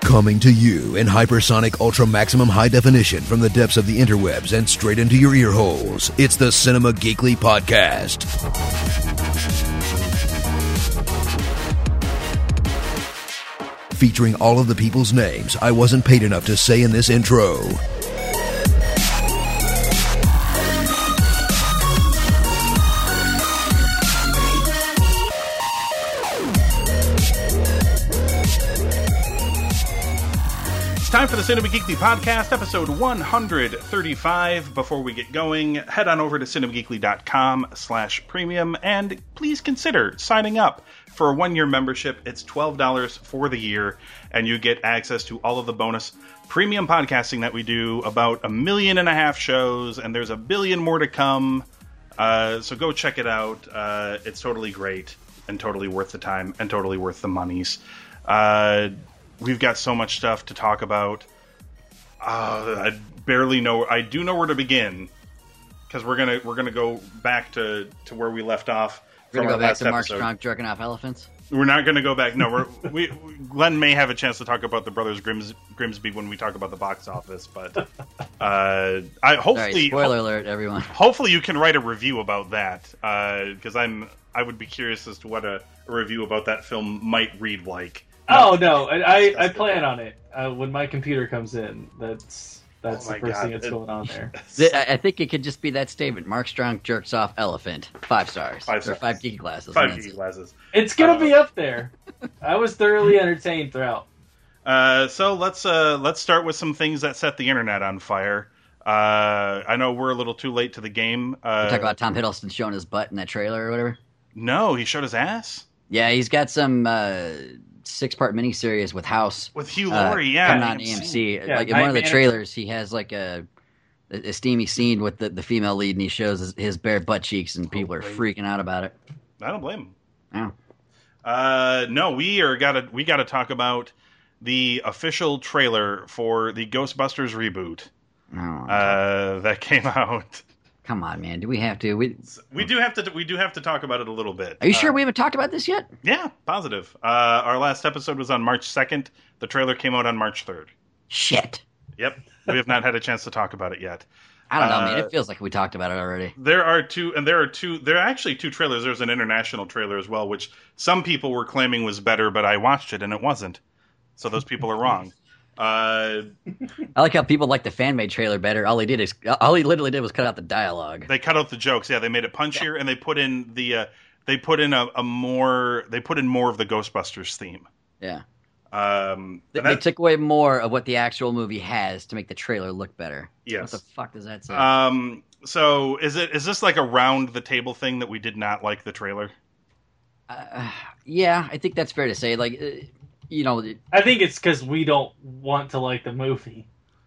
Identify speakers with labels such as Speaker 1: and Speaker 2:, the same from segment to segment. Speaker 1: Coming to you in hypersonic ultra maximum high definition from the depths of the interwebs and straight into your ear holes. It's the Cinema Geekly Podcast. Featuring all of the people's names I wasn't paid enough to say in this intro.
Speaker 2: It's time for the Cinema Geekly podcast, episode 135. Before we get going, head on over to cinemageekly.com slash premium and please consider signing up for a one-year membership. It's $12 for the year and you get access to all of the bonus premium podcasting that we do, about a million and a half shows, and there's a billion more to come. Uh, so go check it out. Uh, it's totally great and totally worth the time and totally worth the monies. Uh, we've got so much stuff to talk about. Uh, I barely know. I do know where to begin because we're gonna we're gonna go back to to where we left off.
Speaker 3: We're
Speaker 2: from
Speaker 3: gonna
Speaker 2: our
Speaker 3: go back
Speaker 2: last
Speaker 3: to Mark
Speaker 2: episode.
Speaker 3: Strong jerking off elephants.
Speaker 2: We're not going to go back. No, we're, we Glenn may have a chance to talk about the Brothers Grimms, Grimsby when we talk about the box office, but uh, I
Speaker 3: Sorry,
Speaker 2: hopefully
Speaker 3: spoiler alert, everyone.
Speaker 2: hopefully you can write a review about that because I'm I would be curious as to what a, a review about that film might read like.
Speaker 4: Oh no, I I, I plan on it uh, when my computer comes in. That's that's
Speaker 2: Oh my
Speaker 4: the first
Speaker 2: God,
Speaker 4: thing that's
Speaker 2: it-
Speaker 4: going on there.
Speaker 3: Th- I I think it could just be that statement. Mark Strong jerks off elephant. Five stars.
Speaker 2: Five
Speaker 3: Or
Speaker 2: stars.
Speaker 3: five geeky glasses.
Speaker 2: Five
Speaker 3: and that's
Speaker 2: geeky
Speaker 3: it.
Speaker 2: glasses.
Speaker 4: It's gonna
Speaker 2: Uh,
Speaker 4: be up there. I was thoroughly entertained throughout.
Speaker 2: Uh, so let's uh, let's start with some things that set the internet on fire. Uh, I know we're a little too late to the game. Uh,
Speaker 3: Talk about Tom Hiddleston showing his butt in that trailer or whatever.
Speaker 2: no, he showed his ass
Speaker 3: Yeah, he's got some uh, six-part miniseries with House
Speaker 2: with Hugh
Speaker 3: uh,
Speaker 2: Laurie. yeah,
Speaker 3: coming on AMC.
Speaker 4: Yeah,
Speaker 3: like in one of the
Speaker 4: Nightmare.
Speaker 3: trailers, he has like a, a steamy scene with the, the female lead, and he shows his, his bare butt cheeks, and people are
Speaker 2: wait.
Speaker 3: freaking out about it.
Speaker 2: I don't blame him.
Speaker 3: Yeah. Oh.
Speaker 2: Uh, no, we are gotta we gotta talk about the official trailer for the Ghostbusters reboot
Speaker 3: Oh,
Speaker 2: uh, that came out.
Speaker 3: come on, man. Do we have to? We,
Speaker 2: We do have to we do have to talk about it a little bit.
Speaker 3: are you sure
Speaker 2: Uh,
Speaker 3: we haven't talked about this yet?
Speaker 2: yeah, positive. Uh, our last episode was on March second. The trailer came out on March third.
Speaker 3: Shit.
Speaker 2: Yep, we have not had a chance to talk about it yet.
Speaker 3: I don't know, man.
Speaker 2: Uh,
Speaker 3: It feels like we talked about it already.
Speaker 2: There are two, and there are two. There are actually two trailers. There's an international trailer as well, which some people were claiming was better, but I watched it and it wasn't. So those people are wrong. Uh,
Speaker 3: I like how people like the fan made trailer better. All he did is all he literally did was cut out the dialogue.
Speaker 2: they cut out the jokes. Yeah, they made it punchier, and they put in the uh, they put in a, a more they put in more of the Ghostbusters theme.
Speaker 3: Yeah,
Speaker 2: Um,
Speaker 3: they,
Speaker 2: and
Speaker 3: they
Speaker 2: that-
Speaker 3: took away more of what the actual movie has to make the trailer look better.
Speaker 2: yes.
Speaker 3: What the fuck does that say?
Speaker 2: Um, so is it is this like a round the table thing that we did not like the trailer?
Speaker 3: Uh, yeah, I think that's fair to say. Like, uh, you know, it-
Speaker 4: I think it's because we don't want to like the movie.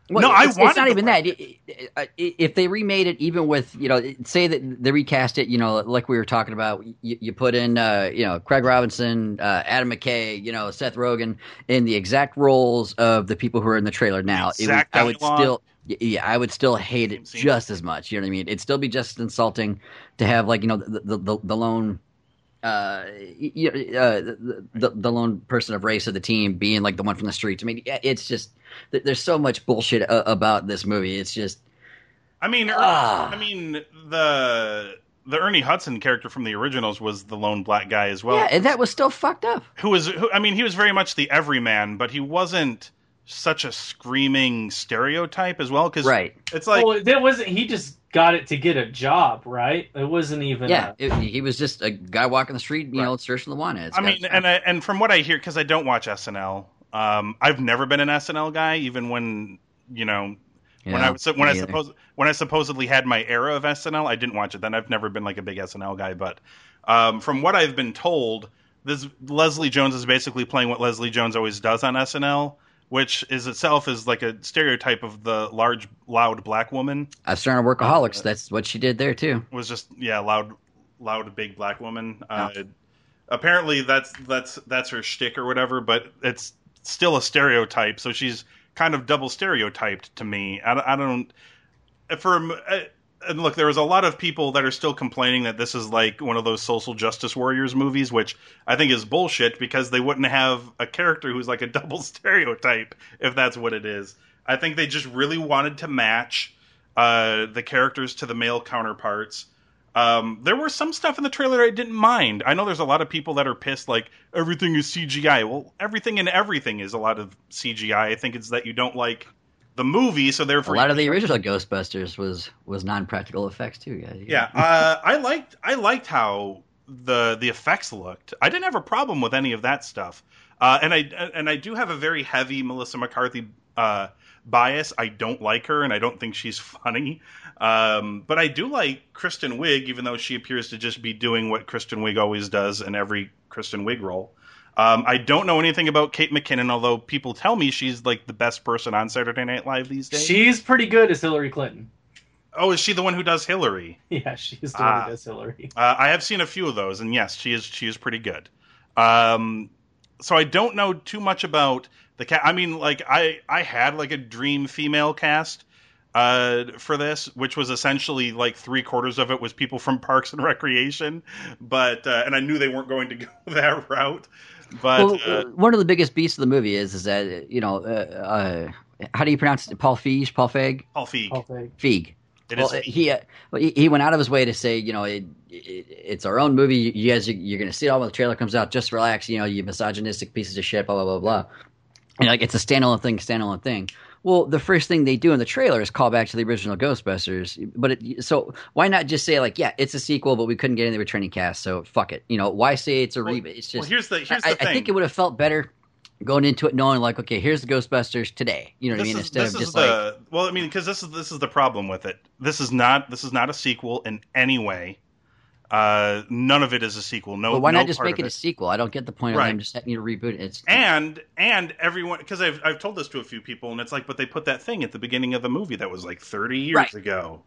Speaker 3: well,
Speaker 2: No, I
Speaker 3: it's,
Speaker 2: wanted
Speaker 3: it's not
Speaker 2: to
Speaker 3: even
Speaker 2: like
Speaker 3: that. It- it- uh, If they remade it, even with you know, it- say that they recast it, you know, like we were talking about, you, you put in uh, you know Craig Robinson, uh, Adam McKay, you know Seth Rogen in the exact roles of the people who are in the trailer now. it would,
Speaker 2: Exact
Speaker 3: I would
Speaker 2: dialogue.
Speaker 3: still. Y- Yeah, I would still hate it
Speaker 2: Same scene.
Speaker 3: just as much. You know what I mean? It'd still be just insulting to have like you know the the the, the lone. Uh, y- y- uh, the, the the lone person of race of the team being like the one from the streets. I mean, yeah, it's just th- there's so much bullshit uh, about this movie. It's just
Speaker 2: I mean, Er-
Speaker 3: Ah.
Speaker 2: I mean the the Ernie Hudson character from the originals was the lone black guy as well,
Speaker 3: yeah, and that was still fucked up.
Speaker 2: who was who, I mean he was very much the everyman, but he wasn't such a screaming stereotype as well because
Speaker 3: Right?
Speaker 2: it's like
Speaker 4: well, that wasn't. He just got it to get a job, right? It wasn't even.
Speaker 3: Yeah,
Speaker 4: a-
Speaker 3: it, he was just a guy walking the street, you know, searching the wanted. It's
Speaker 2: I
Speaker 3: got-
Speaker 2: mean, and I, and from what I hear, because I don't watch SNL, um, I've never been an SNL guy, even when you know
Speaker 3: you
Speaker 2: when
Speaker 3: know,
Speaker 2: I was when I
Speaker 3: me either.
Speaker 2: suppose when I supposedly had my era of SNL, I didn't watch it then. I've never been like a big SNL guy, but um, from what I've been told, this Leslie Jones is basically playing what Leslie Jones always does on SNL, which is itself is like a stereotype of the large, loud black woman.
Speaker 3: I've started
Speaker 2: Uh,
Speaker 3: workaholics. That's what she did there too.
Speaker 2: Was just yeah, loud, loud, big black woman. Uh, apparently, that's that's that's her shtick or whatever, but it's still a stereotype. So she's kind of double stereotyped to me. I, don't- I don't for a m- uh, and look, there was a lot of people that are still complaining that this is like one of those social justice warriors movies, which I think is bullshit because they wouldn't have a character who's like a double stereotype if that's what it is. I think they just really wanted to match uh, the characters to the male counterparts. Um, there were some stuff in the trailer I didn't mind. I know there's a lot of people that are pissed, like everything is CGI. Well, everything and everything is a lot of CGI. I think it's that you don't like the movie, so
Speaker 3: A
Speaker 2: therefore
Speaker 3: lot of the original Ghostbusters was was non practical effects too, guys.
Speaker 2: Yeah, uh, I liked I liked how the the effects looked. I didn't have a problem with any of that stuff, uh, and I and I do have a very heavy Melissa McCarthy uh, bias. I don't like her, and I don't think she's funny. Um, but I do like Kristen Wiig, even though she appears to just be doing what Kristen Wiig always does in every Kristen Wiig role. Um, I don't know anything about Kate McKinnon, although people tell me she's like the best person on Saturday Night Live these days.
Speaker 4: She's pretty good as Hillary Clinton.
Speaker 2: oh, is she the one who does Hillary?
Speaker 4: Yeah, she's the
Speaker 2: Ah.
Speaker 4: one who does Hillary.
Speaker 2: Uh, I have seen a few of those, and yes, she is she is pretty good. Um, so I don't know too much about the cat. I mean, like I I had like a dream female cast uh, for this, which was essentially like three quarters of it was people from Parks and Recreation, but uh, and I knew they weren't going to go that route. But
Speaker 3: Well,
Speaker 2: uh,
Speaker 3: one of the biggest beasts of the movie is is that you know uh, uh, how do you pronounce it? Paul Feig, Paul Feig,
Speaker 2: Paul Feig,
Speaker 4: I'll think.
Speaker 3: Feig.
Speaker 2: it
Speaker 3: oh, well,
Speaker 2: is
Speaker 3: uh,
Speaker 2: Feig.
Speaker 3: he uh, well, he he went out of his way to say, you know, it, it, it's our own movie. You you guys, you're going to see it all when the trailer comes out. Just relax, you know, you misogynistic pieces of shit, blah blah blah blah. And like, it's a standalone thing, standalone thing. Well, the first thing they do in the trailer is call back to the original Ghostbusters. But it, so why not just say like, yeah, it's a sequel, but we couldn't get in the returning cast, so fuck it. You know, why say it's a
Speaker 2: Well-
Speaker 3: reboot? It's
Speaker 2: well,
Speaker 3: just
Speaker 2: here's the here's
Speaker 3: I,
Speaker 2: the thing.
Speaker 3: I think it would have felt better going into it knowing like, okay, here's the Ghostbusters today. You know what I
Speaker 2: this
Speaker 3: mean?
Speaker 2: is,
Speaker 3: Instead
Speaker 2: this
Speaker 3: of
Speaker 2: is
Speaker 3: just like
Speaker 2: the well, I mean, because this is this is the problem with it. This is not this is not a sequel in any way. Uh, none of it is a sequel. No,
Speaker 3: But why
Speaker 2: no
Speaker 3: not just
Speaker 2: part
Speaker 3: make
Speaker 2: of
Speaker 3: it a sequel? I don't get the point of
Speaker 2: Right.
Speaker 3: them just having you reboot it. It's,
Speaker 2: and and everyone because I've I've told this to a few people, and it's like, but they put that thing at the beginning of the movie that was like thirty years
Speaker 3: Right.
Speaker 2: ago,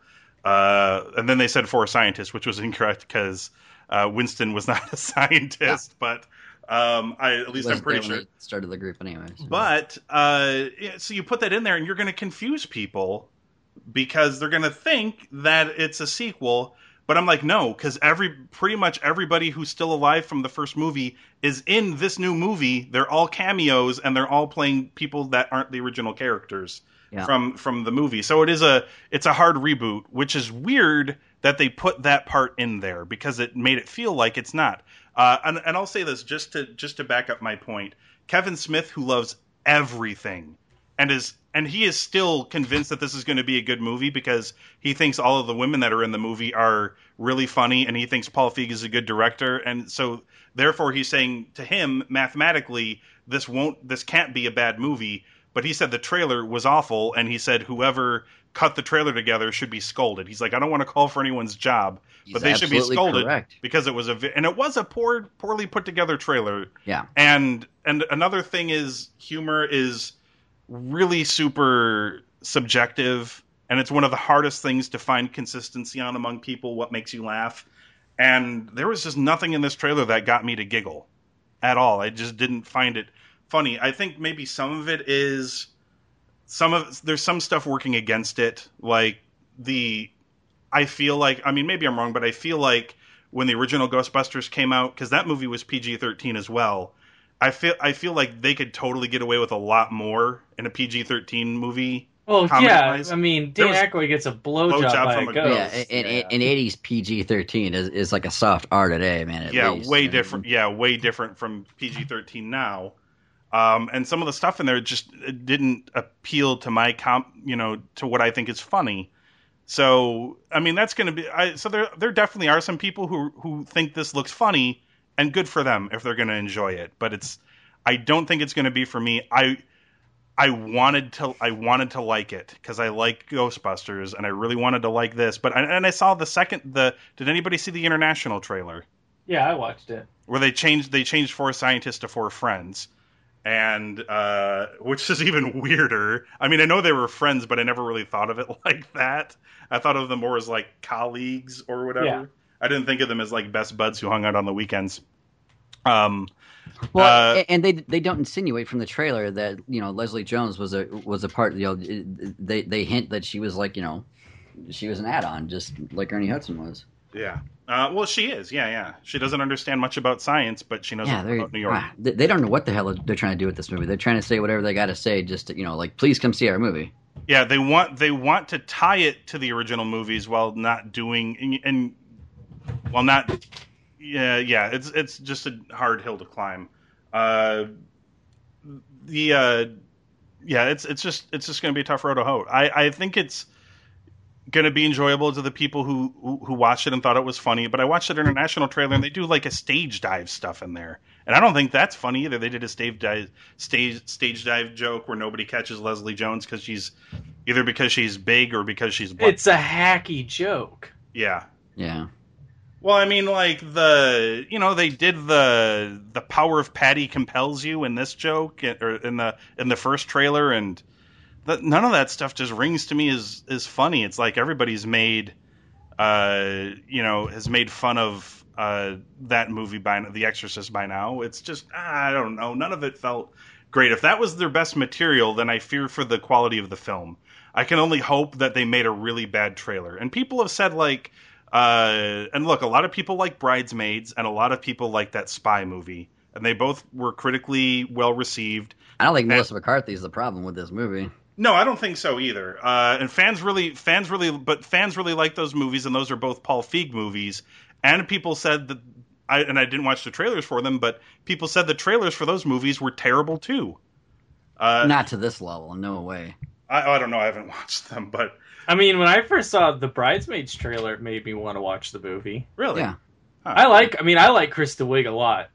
Speaker 2: uh, and then they said for a scientist, which was incorrect because uh, Winston was not a scientist, but. Um, I at least I'm
Speaker 3: wasn't
Speaker 2: pretty
Speaker 3: there
Speaker 2: sure.
Speaker 3: when they started the group anyway. so-
Speaker 2: But uh, yeah, so you put that in there, and you're going to confuse people because they're going to think that it's a sequel. But I'm like, no, because every pretty much everybody who's still alive from the first movie is in this new movie. They're all cameos, and they're all playing people that aren't the original characters
Speaker 3: Yeah.
Speaker 2: from from the movie. So it is a it's a hard reboot, which is weird that they put that part in there because it made it feel like it's not. Uh, and, and I'll say this just to just to back up my point. Kevin Smith, who loves everything, and is and he is still convinced that this is going to be a good movie because he thinks all of the women that are in the movie are really funny, and he thinks Paul Feig is a good director, and so therefore he's saying to him mathematically this won't this can't be a bad movie. But he said the trailer was awful, and he said whoever cut the trailer together should be scolded. He's like, I don't want to call for anyone's job,
Speaker 3: He's
Speaker 2: but they should be
Speaker 3: absolutely
Speaker 2: scolded
Speaker 3: Correct.
Speaker 2: because it was a vi- and it was a poor poorly put together trailer
Speaker 3: Yeah.
Speaker 2: and and another thing is humor is really super subjective and it's one of the hardest things to find consistency on among people what makes you laugh and there was just nothing in this trailer that got me to giggle at all i just didn't find it funny i think maybe some of it is some of there's some stuff working against it like the i feel like i mean maybe i'm wrong but i feel like when the original ghostbusters came out because that movie was pg-13 as well i feel i feel like they could totally get away with a lot more in a pg-13 movie
Speaker 4: Well, yeah,
Speaker 2: Comedy-wise,
Speaker 4: I mean,
Speaker 2: there
Speaker 4: Dan Aykroyd gets a blowjob
Speaker 2: blowjob
Speaker 4: by
Speaker 2: from
Speaker 4: a
Speaker 2: a
Speaker 4: ghost.
Speaker 3: Yeah, and,
Speaker 4: Yeah.
Speaker 3: and, and 80s PG 13 is, is like a soft R today, man. at
Speaker 2: yeah
Speaker 3: least,
Speaker 2: way
Speaker 3: you know.
Speaker 2: different yeah way different from pg-13 now um, and some of the stuff in there just it didn't appeal to my comp you know to what i think is funny so i mean that's going to be I, so there there definitely are some people who who think this looks funny and good for them if they're going to enjoy it but it's i don't think it's going to be for me i I wanted to I wanted to like it because I like Ghostbusters and I really wanted to like this. But and and I saw the second the did anybody see the international trailer?
Speaker 4: yeah, I watched it.
Speaker 2: where they changed they changed four scientists to four friends and uh which is even weirder i mean i know they were friends but i never really thought of it like that i thought of them more as like colleagues or whatever
Speaker 4: Yeah.
Speaker 2: i didn't think of them as like best buds who hung out on the weekends um
Speaker 3: Well,
Speaker 2: Uh,
Speaker 3: a- and they they don't insinuate from the trailer that you know Leslie Jones was a was a part. You know, they they hint that she was like you know she was an add-on, just like Ernie Hudson was.
Speaker 2: Yeah. Uh, well, she is. Yeah, yeah. She doesn't understand much about science, but she knows
Speaker 3: yeah, they're-
Speaker 2: about New York.
Speaker 3: ah, they, they don't know what the hell they're trying to do with this movie. They're trying to say whatever they got to say, just to, you know, like please come see our movie.
Speaker 2: Yeah, they want they want to tie it to the original movies while not doing and, and while not. Yeah, yeah. It's it's just a hard hill to climb. Uh, the uh, yeah, it's it's just it's just going to be a tough road to hoe. I I think it's going to be enjoyable to the people who, who who watched it and thought it was funny. But I watched an international trailer and they do like a stage dive stuff in there, and I don't think that's funny either. They did a stage dive stage stage dive joke where nobody catches Leslie Jones because she's either because she's big or because she's black.
Speaker 4: It's a hacky joke.
Speaker 2: yeah.
Speaker 3: Yeah,
Speaker 2: Well, I mean, like the you know they did the the power of Patty compels you in this joke and- or in the in the first trailer, and that none of that stuff just rings to me as as funny. It's like everybody's made, uh, you know, has made fun of uh that movie by The Exorcist by now. It's just ah, I don't know. None of it felt great. If that was their best material, then I fear for the quality of the film. I can only hope that they made a really bad trailer. And people have said like uh, and look, a lot of people like Bridesmaids, and a lot of people like that spy movie, and they both were critically well received.
Speaker 3: I don't think Melissa McCarthy is the problem with this movie.
Speaker 2: No, I don't think so either. Uh, and fans really, fans really, but fans really like those movies, and those are both Paul Feig movies. And people said that, I, and I didn't watch the trailers for them, but people said the trailers for those movies were terrible too. Uh,
Speaker 3: Not to this level, no way.
Speaker 2: I, I don't know, I haven't watched them, but
Speaker 4: I mean, when I first saw the Bridesmaids trailer, it made me want to watch the movie.
Speaker 2: really,
Speaker 3: Yeah,
Speaker 2: Huh.
Speaker 4: I like. I mean, I like Krista Wiig a lot.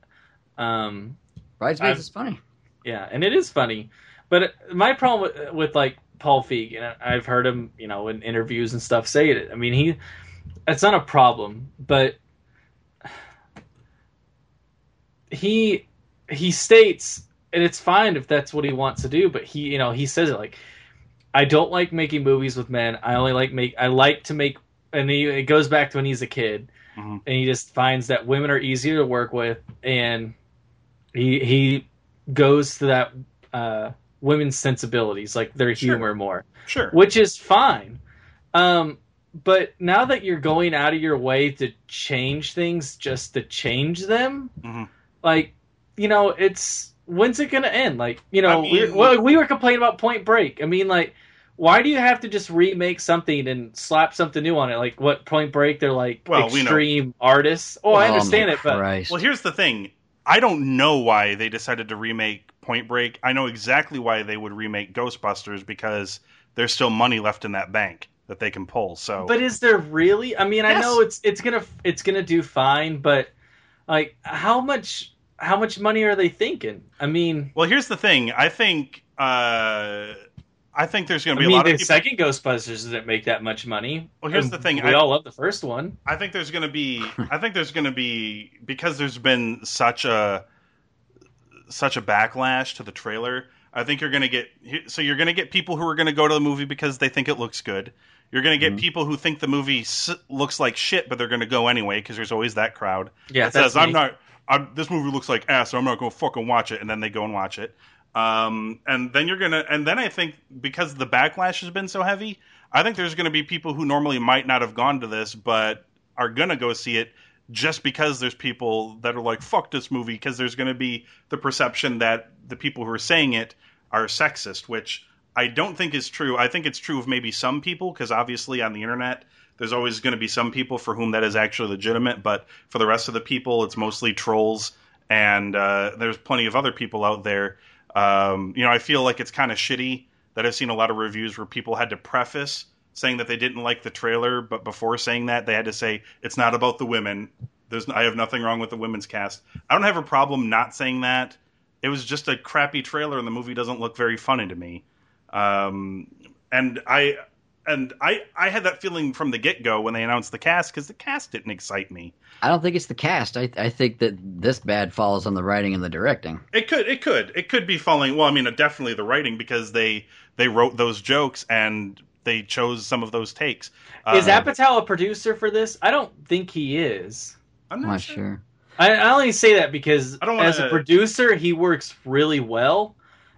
Speaker 4: Um,
Speaker 3: Bridesmaids
Speaker 4: I've-
Speaker 3: is funny.
Speaker 4: yeah, and it is funny. But my problem with, with like Paul Feig, and I- I've heard him, you know, in interviews and stuff, say it. I mean, he. It's not a problem, but he he states, and it's fine if that's what he wants to do. But he, you know, he says it like, I don't like making movies with men. I only like make. I like to make, and he, it goes back to when he's a kid,
Speaker 2: Mhm.
Speaker 4: and he just finds that women are easier to work with, and he he goes to that uh, women's sensibilities, like their
Speaker 2: Sure.
Speaker 4: humor more,
Speaker 2: sure,
Speaker 4: which is fine. Um, but now that you're going out of your way to change things just to change them,
Speaker 2: Mhm.
Speaker 4: like you know, it's when's it gonna end? Like you know,
Speaker 2: I mean-
Speaker 4: we well, we were complaining about Point Break. I mean, like. Why do you have to just remake something and slap something new on it? Like what Point Break? They're like
Speaker 2: Well, we know.
Speaker 4: extreme artists. Oh, I
Speaker 3: Oh,
Speaker 4: understand
Speaker 3: my
Speaker 4: it, but
Speaker 3: Christ.
Speaker 2: Well, here's the thing. I don't know why they decided to remake Point Break. I know exactly why they would remake Ghostbusters because there's still money left in that bank that they can pull. So
Speaker 4: But is there really? I mean, I
Speaker 2: Yes.
Speaker 4: know it's it's gonna it's gonna do fine, but like how much how much money are they thinking? I mean,
Speaker 2: well, here's the thing. I think uh, I think there's going to
Speaker 4: I
Speaker 2: be a
Speaker 4: mean,
Speaker 2: lot
Speaker 4: the
Speaker 2: of people.
Speaker 4: second Ghostbusters didn't make that much money.
Speaker 2: Well, here's
Speaker 4: And
Speaker 2: the thing,
Speaker 4: we
Speaker 2: I-
Speaker 4: all love the first one.
Speaker 2: I think there's going to be. I think there's going to be because there's been such a such a backlash to the trailer. I think you're going to get so you're going to get people who are going to go to the movie because they think it looks good. You're going to get
Speaker 3: Mhm.
Speaker 2: people who think the movie s- looks like shit, but they're going to go anyway because there's always that crowd
Speaker 4: Yeah,
Speaker 2: that says I'm not. I'm, this movie looks like ass, so I'm not going to fucking watch it, and then they go and watch it. Um, and then you're gonna, and then I think because the backlash has been so heavy, I think there's going to be people who normally might not have gone to this, but are going to go see it just because there's people that are like fuck this movie because there's going to be the perception that the people who are saying it are sexist, which I don't think is true. I think it's true of maybe some people because obviously on the internet there's always going to be some people for whom that is actually legitimate, but for the rest of the people, it's mostly trolls. And uh, there's plenty of other people out there. Um, you know, I feel like it's kind of shitty that I've seen a lot of reviews where people had to preface saying that they didn't like the trailer, but before saying that, they had to say it's not about the women. There's, I have nothing wrong with the women's cast. I don't have a problem not saying that. It was just a crappy trailer, and the movie doesn't look very funny to me. Um, and I, and I, I had that feeling from the get go when they announced the cast because the cast didn't excite me.
Speaker 3: I don't think it's the cast. I I think that this bad falls on the writing and the directing.
Speaker 2: It could, it could, it could be falling. Well, I mean, definitely the writing because they they wrote those jokes and they chose some of those takes.
Speaker 4: is
Speaker 2: Uh,
Speaker 4: Apatow a producer for this? I don't think he is.
Speaker 2: I'm
Speaker 3: I'm not sure.
Speaker 4: I, I only say that because
Speaker 2: I don't wanna-
Speaker 4: as a producer, he works really well.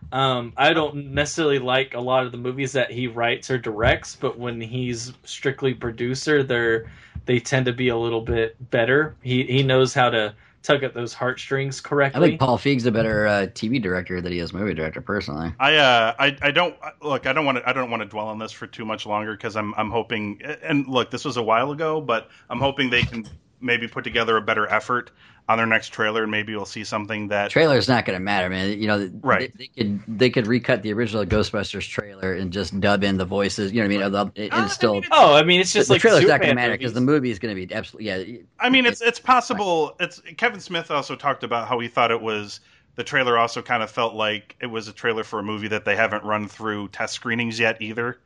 Speaker 4: Um, I don't necessarily like a lot of the movies that he writes or directs, but when he's strictly producer, they're they tend to be a little bit better. He he knows how to tug at those heartstrings
Speaker 3: I
Speaker 4: correctly.
Speaker 3: think Paul Feig's a better uh, TV director than he is movie director, personally.
Speaker 2: I uh, I, I don't look. I don't want to. I don't want to dwell on this for too much longer because I'm I'm hoping. And look, this was a while ago, but I'm hoping they can maybe put together a better effort on their next trailer, and maybe we'll see something that.
Speaker 3: Trailer's not going to matter, man. You know,
Speaker 2: Right.
Speaker 3: They, they could they could recut the original Ghostbusters trailer and just dub in the voices. You know what I mean? Of the- And it's still
Speaker 4: oh, I mean, it's just
Speaker 3: the,
Speaker 4: like
Speaker 3: trailer's not
Speaker 4: Superman
Speaker 3: going to matter because the
Speaker 4: movies.
Speaker 3: movie is going to be absolutely yeah.
Speaker 2: I mean, it's it's possible. It's Kevin Smith also talked about how he thought it was. The trailer also kind of felt like it was a trailer for a movie that they haven't run through test screenings yet either.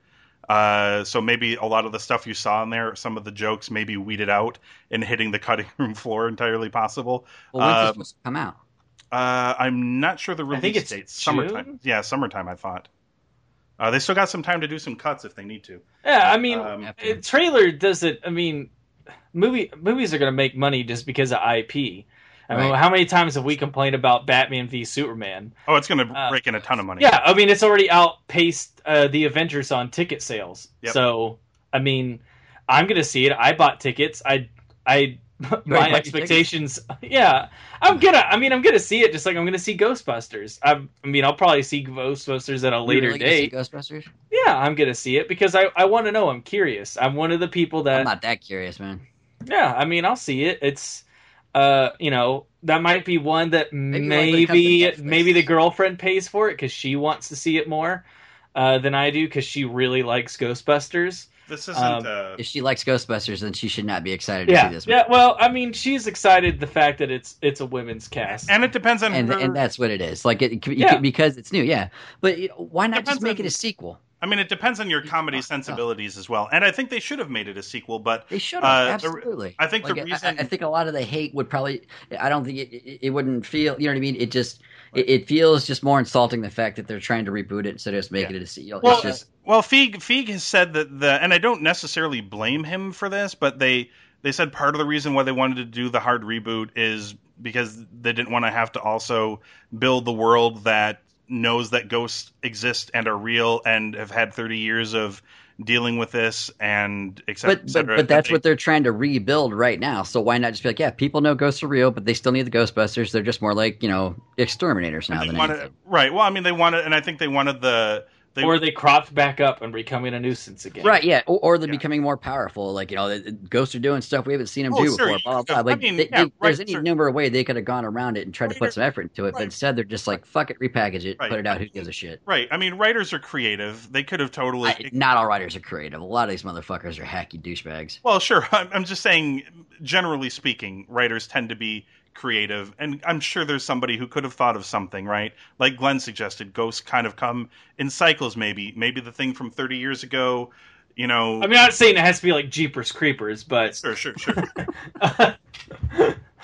Speaker 2: Uh, so maybe a lot of the stuff you saw in there, some of the jokes, maybe weeded out and hitting the cutting room floor entirely possible.
Speaker 3: Well, when's
Speaker 2: Um,
Speaker 3: this supposed to come out?
Speaker 2: Uh, I'm not sure the release
Speaker 4: think it's
Speaker 2: date.
Speaker 4: June?
Speaker 2: Summertime. Yeah, summertime. I thought. Uh, they still got some time to do some cuts if they need to.
Speaker 4: Yeah, I mean,
Speaker 2: Um,
Speaker 3: After-
Speaker 4: it, trailer doesn't. I mean, movie movies are going to make money just because of IP. I mean,
Speaker 3: Right.
Speaker 4: how many times have we complained about Batman v Superman?
Speaker 2: Oh, it's going to
Speaker 4: Uh,
Speaker 2: break in a ton of money.
Speaker 4: Yeah, I mean, it's already outpaced uh, the Avengers on ticket sales.
Speaker 2: Yep.
Speaker 4: So, I mean, I'm going to see it. I bought tickets. I, I,
Speaker 3: bought
Speaker 4: my
Speaker 3: your
Speaker 4: expectations. Yeah, I'm gonna. I mean, I'm gonna see it just like I'm gonna see Ghostbusters. I, I mean, I'll probably see Ghostbusters at a later
Speaker 3: Really gonna see
Speaker 4: date.
Speaker 3: Ghostbusters.
Speaker 4: Yeah, I'm gonna see it because I, I want to know. I'm curious. I'm one of the people that
Speaker 3: I'm not that curious, man.
Speaker 4: yeah, I mean, I'll see it. It's, uh, you know, that might be one that
Speaker 3: Maybe
Speaker 4: maybe
Speaker 3: we'll link up
Speaker 4: maybe,
Speaker 3: to Netflix.
Speaker 4: the girlfriend pays for it because she wants to see it more uh, than I do because she really likes Ghostbusters.
Speaker 2: This isn't.
Speaker 4: Um,
Speaker 2: uh,
Speaker 3: If she likes Ghostbusters, then she should not be excited to
Speaker 4: Yeah,
Speaker 3: see this.
Speaker 4: yeah. Well, I mean, she's excited the fact that it's it's a women's cast.
Speaker 2: and it depends on.
Speaker 3: and
Speaker 2: her-
Speaker 3: and that's what it is. Like it, it could-
Speaker 4: Yeah.
Speaker 3: because it's new. Yeah, but you know, why not just
Speaker 2: Depends
Speaker 3: make
Speaker 2: on-
Speaker 3: it a sequel?
Speaker 2: I mean, it depends on your comedy
Speaker 3: fucked up.
Speaker 2: sensibilities as well. And I think they should have made it a sequel, but
Speaker 3: They should have
Speaker 2: Uh, the re-
Speaker 3: absolutely.
Speaker 2: I think the
Speaker 3: Like,
Speaker 2: reason-
Speaker 3: I, think a lot of the hate would probably. I don't think it, it, it wouldn't feel. You know what I mean? It just it, it feels just more insulting the fact that they're trying to reboot it instead of just making it a sequel. It's
Speaker 2: well,
Speaker 3: just-
Speaker 2: well, Feig Feig has said that the, and I don't necessarily blame him for this, but they they said part of the reason why they wanted to do the hard reboot is because they didn't want to have to also build the world that knows that ghosts exist and are real and have had 30 years of dealing with this and et cetera,
Speaker 3: but, but but that's what they're trying to rebuild right now. So why not just be like, yeah, people know ghosts are real, but they still need the Ghostbusters. They're just more like you know exterminators now
Speaker 2: they
Speaker 3: than
Speaker 2: wanted,
Speaker 3: anything.
Speaker 2: right well i mean they wanted and i think they wanted the they,
Speaker 4: or they cropped back up and becoming a nuisance again.
Speaker 3: Right, yeah, or, or they're
Speaker 2: Yeah.
Speaker 3: becoming more powerful. Like you know, the- the ghosts are doing stuff we haven't seen them
Speaker 2: Oh,
Speaker 3: do
Speaker 2: sure,
Speaker 3: before.
Speaker 2: you
Speaker 3: Blah blah.
Speaker 2: could
Speaker 3: blah.
Speaker 2: have-
Speaker 3: Like
Speaker 2: I mean,
Speaker 3: they,
Speaker 2: yeah,
Speaker 3: they-
Speaker 2: right,
Speaker 3: there's any
Speaker 2: sure.
Speaker 3: number of way they could have gone around it and tried to
Speaker 2: Writer-
Speaker 3: put some effort into it, but
Speaker 2: right.
Speaker 3: instead they're just like, fuck it, repackage it,
Speaker 2: Right.
Speaker 3: put it out. Who gives a shit?
Speaker 2: right i mean writers are creative they could have totally
Speaker 3: I, not all writers are creative. A lot of these motherfuckers are hacky douchebags.
Speaker 2: Well, sure. I'm, I'm just saying, generally speaking, writers tend to be creative, and I'm sure there's somebody who could have thought of something, right? Like Glenn suggested, ghosts kind of come in cycles, maybe. Maybe the thing from 30 years ago, you know.
Speaker 4: I mean, I'm not saying it has to be like Jeepers Creepers, but
Speaker 2: sure, sure, sure.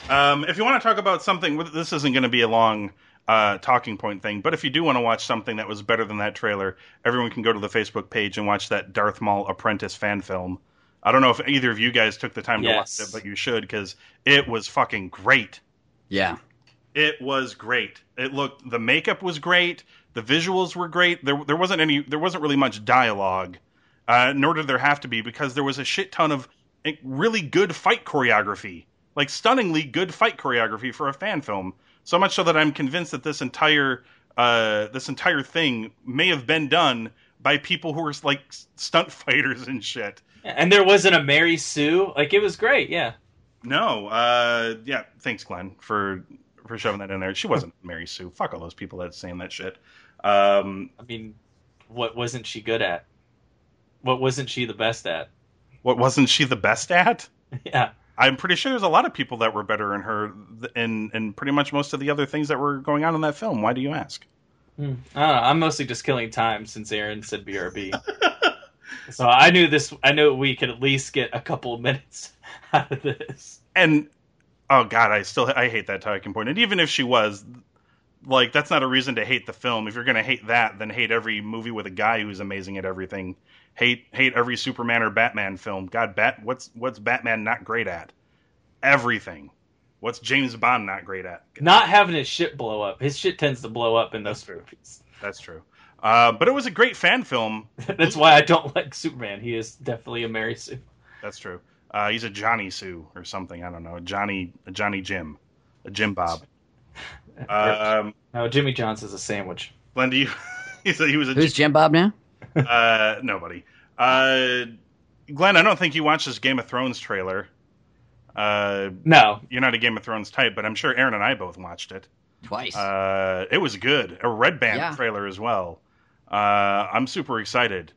Speaker 2: um, if you want to talk about something, this isn't going to be a long. Uh, talking point thing, but if you do want to watch something that was better than that trailer, everyone can go to the Facebook page and watch that Darth Maul apprentice fan film. I don't know if either of you guys took the time
Speaker 4: Yes.
Speaker 2: to watch it, but you should because it was fucking great.
Speaker 3: Yeah,
Speaker 2: It was great. It looked the makeup was great, the visuals were great. There there wasn't any there wasn't really much dialogue, uh, nor did there have to be because there was a shit ton of eh, really good fight choreography, like stunningly good fight choreography for a fan film. So much so that I'm convinced that this entire uh, this entire thing may have been done by people who were like stunt fighters and shit.
Speaker 4: and there wasn't a Mary Sue. Like it was great. Yeah.
Speaker 2: No, uh, yeah. Thanks, Glenn, for for shoving that in there. She wasn't Mary Sue. Fuck all those people that's saying that shit. Um,
Speaker 4: I mean, what wasn't she good at? What wasn't she the best at?
Speaker 2: what wasn't she the best at?
Speaker 4: Yeah.
Speaker 2: I'm pretty sure there's a lot of people that were better in her th- in in pretty much most of the other things that were going on in that film. Why do you ask?
Speaker 4: Hmm. I don't know. I'm mostly just killing time since Aaron said BRB. so I knew this. I knew we could at least get a couple of minutes out of this.
Speaker 2: And oh god, I still I hate that talking point. And even if she was, like, that's not a reason to hate the film. If you're gonna hate that, then hate every movie with a guy who's amazing at everything. Hate hate every Superman or Batman film. God, Bat, what's what's Batman not great at? Everything. What's James Bond not great at?
Speaker 4: Not having his shit blow up. His shit tends to blow up in those movies.
Speaker 2: That's true. Uh, but it was a great fan film.
Speaker 4: That's why I don't like Superman. He is definitely a Mary Sue.
Speaker 2: That's true. Uh, he's a Johnny Sue or something. I don't know. A Johnny, a Johnny Jim, a Jim Bob. Um,
Speaker 4: No, Jimmy Johnson's a sandwich.
Speaker 2: Glenn, do you? he said he was a
Speaker 3: Who's Jim Bob now?
Speaker 2: uh, nobody. Uh, Glenn, I don't think you watched this Game of Thrones trailer. Uh,
Speaker 4: No,
Speaker 2: you're not a Game of Thrones type, but I'm sure Aaron and I both watched it.
Speaker 3: Twice.
Speaker 2: Uh, it was good. A red band
Speaker 3: Yeah.
Speaker 2: trailer as well. Uh, I'm super excited.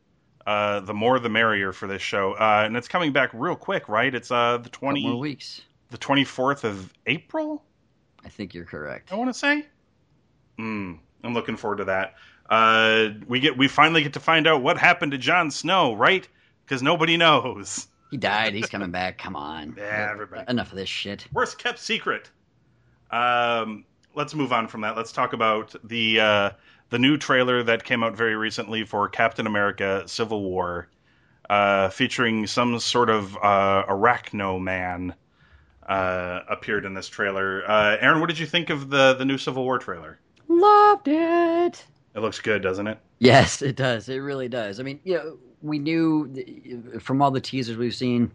Speaker 2: Uh, the more the merrier for this show, uh, and it's coming back real quick, right? It's uh, the
Speaker 3: Couple more
Speaker 2: twenty,
Speaker 3: weeks.
Speaker 2: the twenty fourth of April.
Speaker 3: I think you're correct.
Speaker 2: I want to say. Mm, I'm looking forward to that. Uh, we get we finally get to find out what happened to Jon Snow, right? Because nobody knows.
Speaker 3: He died. He's coming back. Come on.
Speaker 2: Yeah, everybody.
Speaker 3: Enough of this shit.
Speaker 2: Worst kept secret. Um, let's move on from that. Let's talk about the uh, the new trailer that came out very recently for Captain America: Civil War, uh, featuring some sort of uh, arachno man. Uh, appeared in this trailer. Uh, Aaron, what did you think of the the new Civil War trailer?
Speaker 3: Loved it.
Speaker 2: It looks good, doesn't it?
Speaker 3: Yes, it does. It really does. I mean, you know, we knew th- from all the teasers we've seen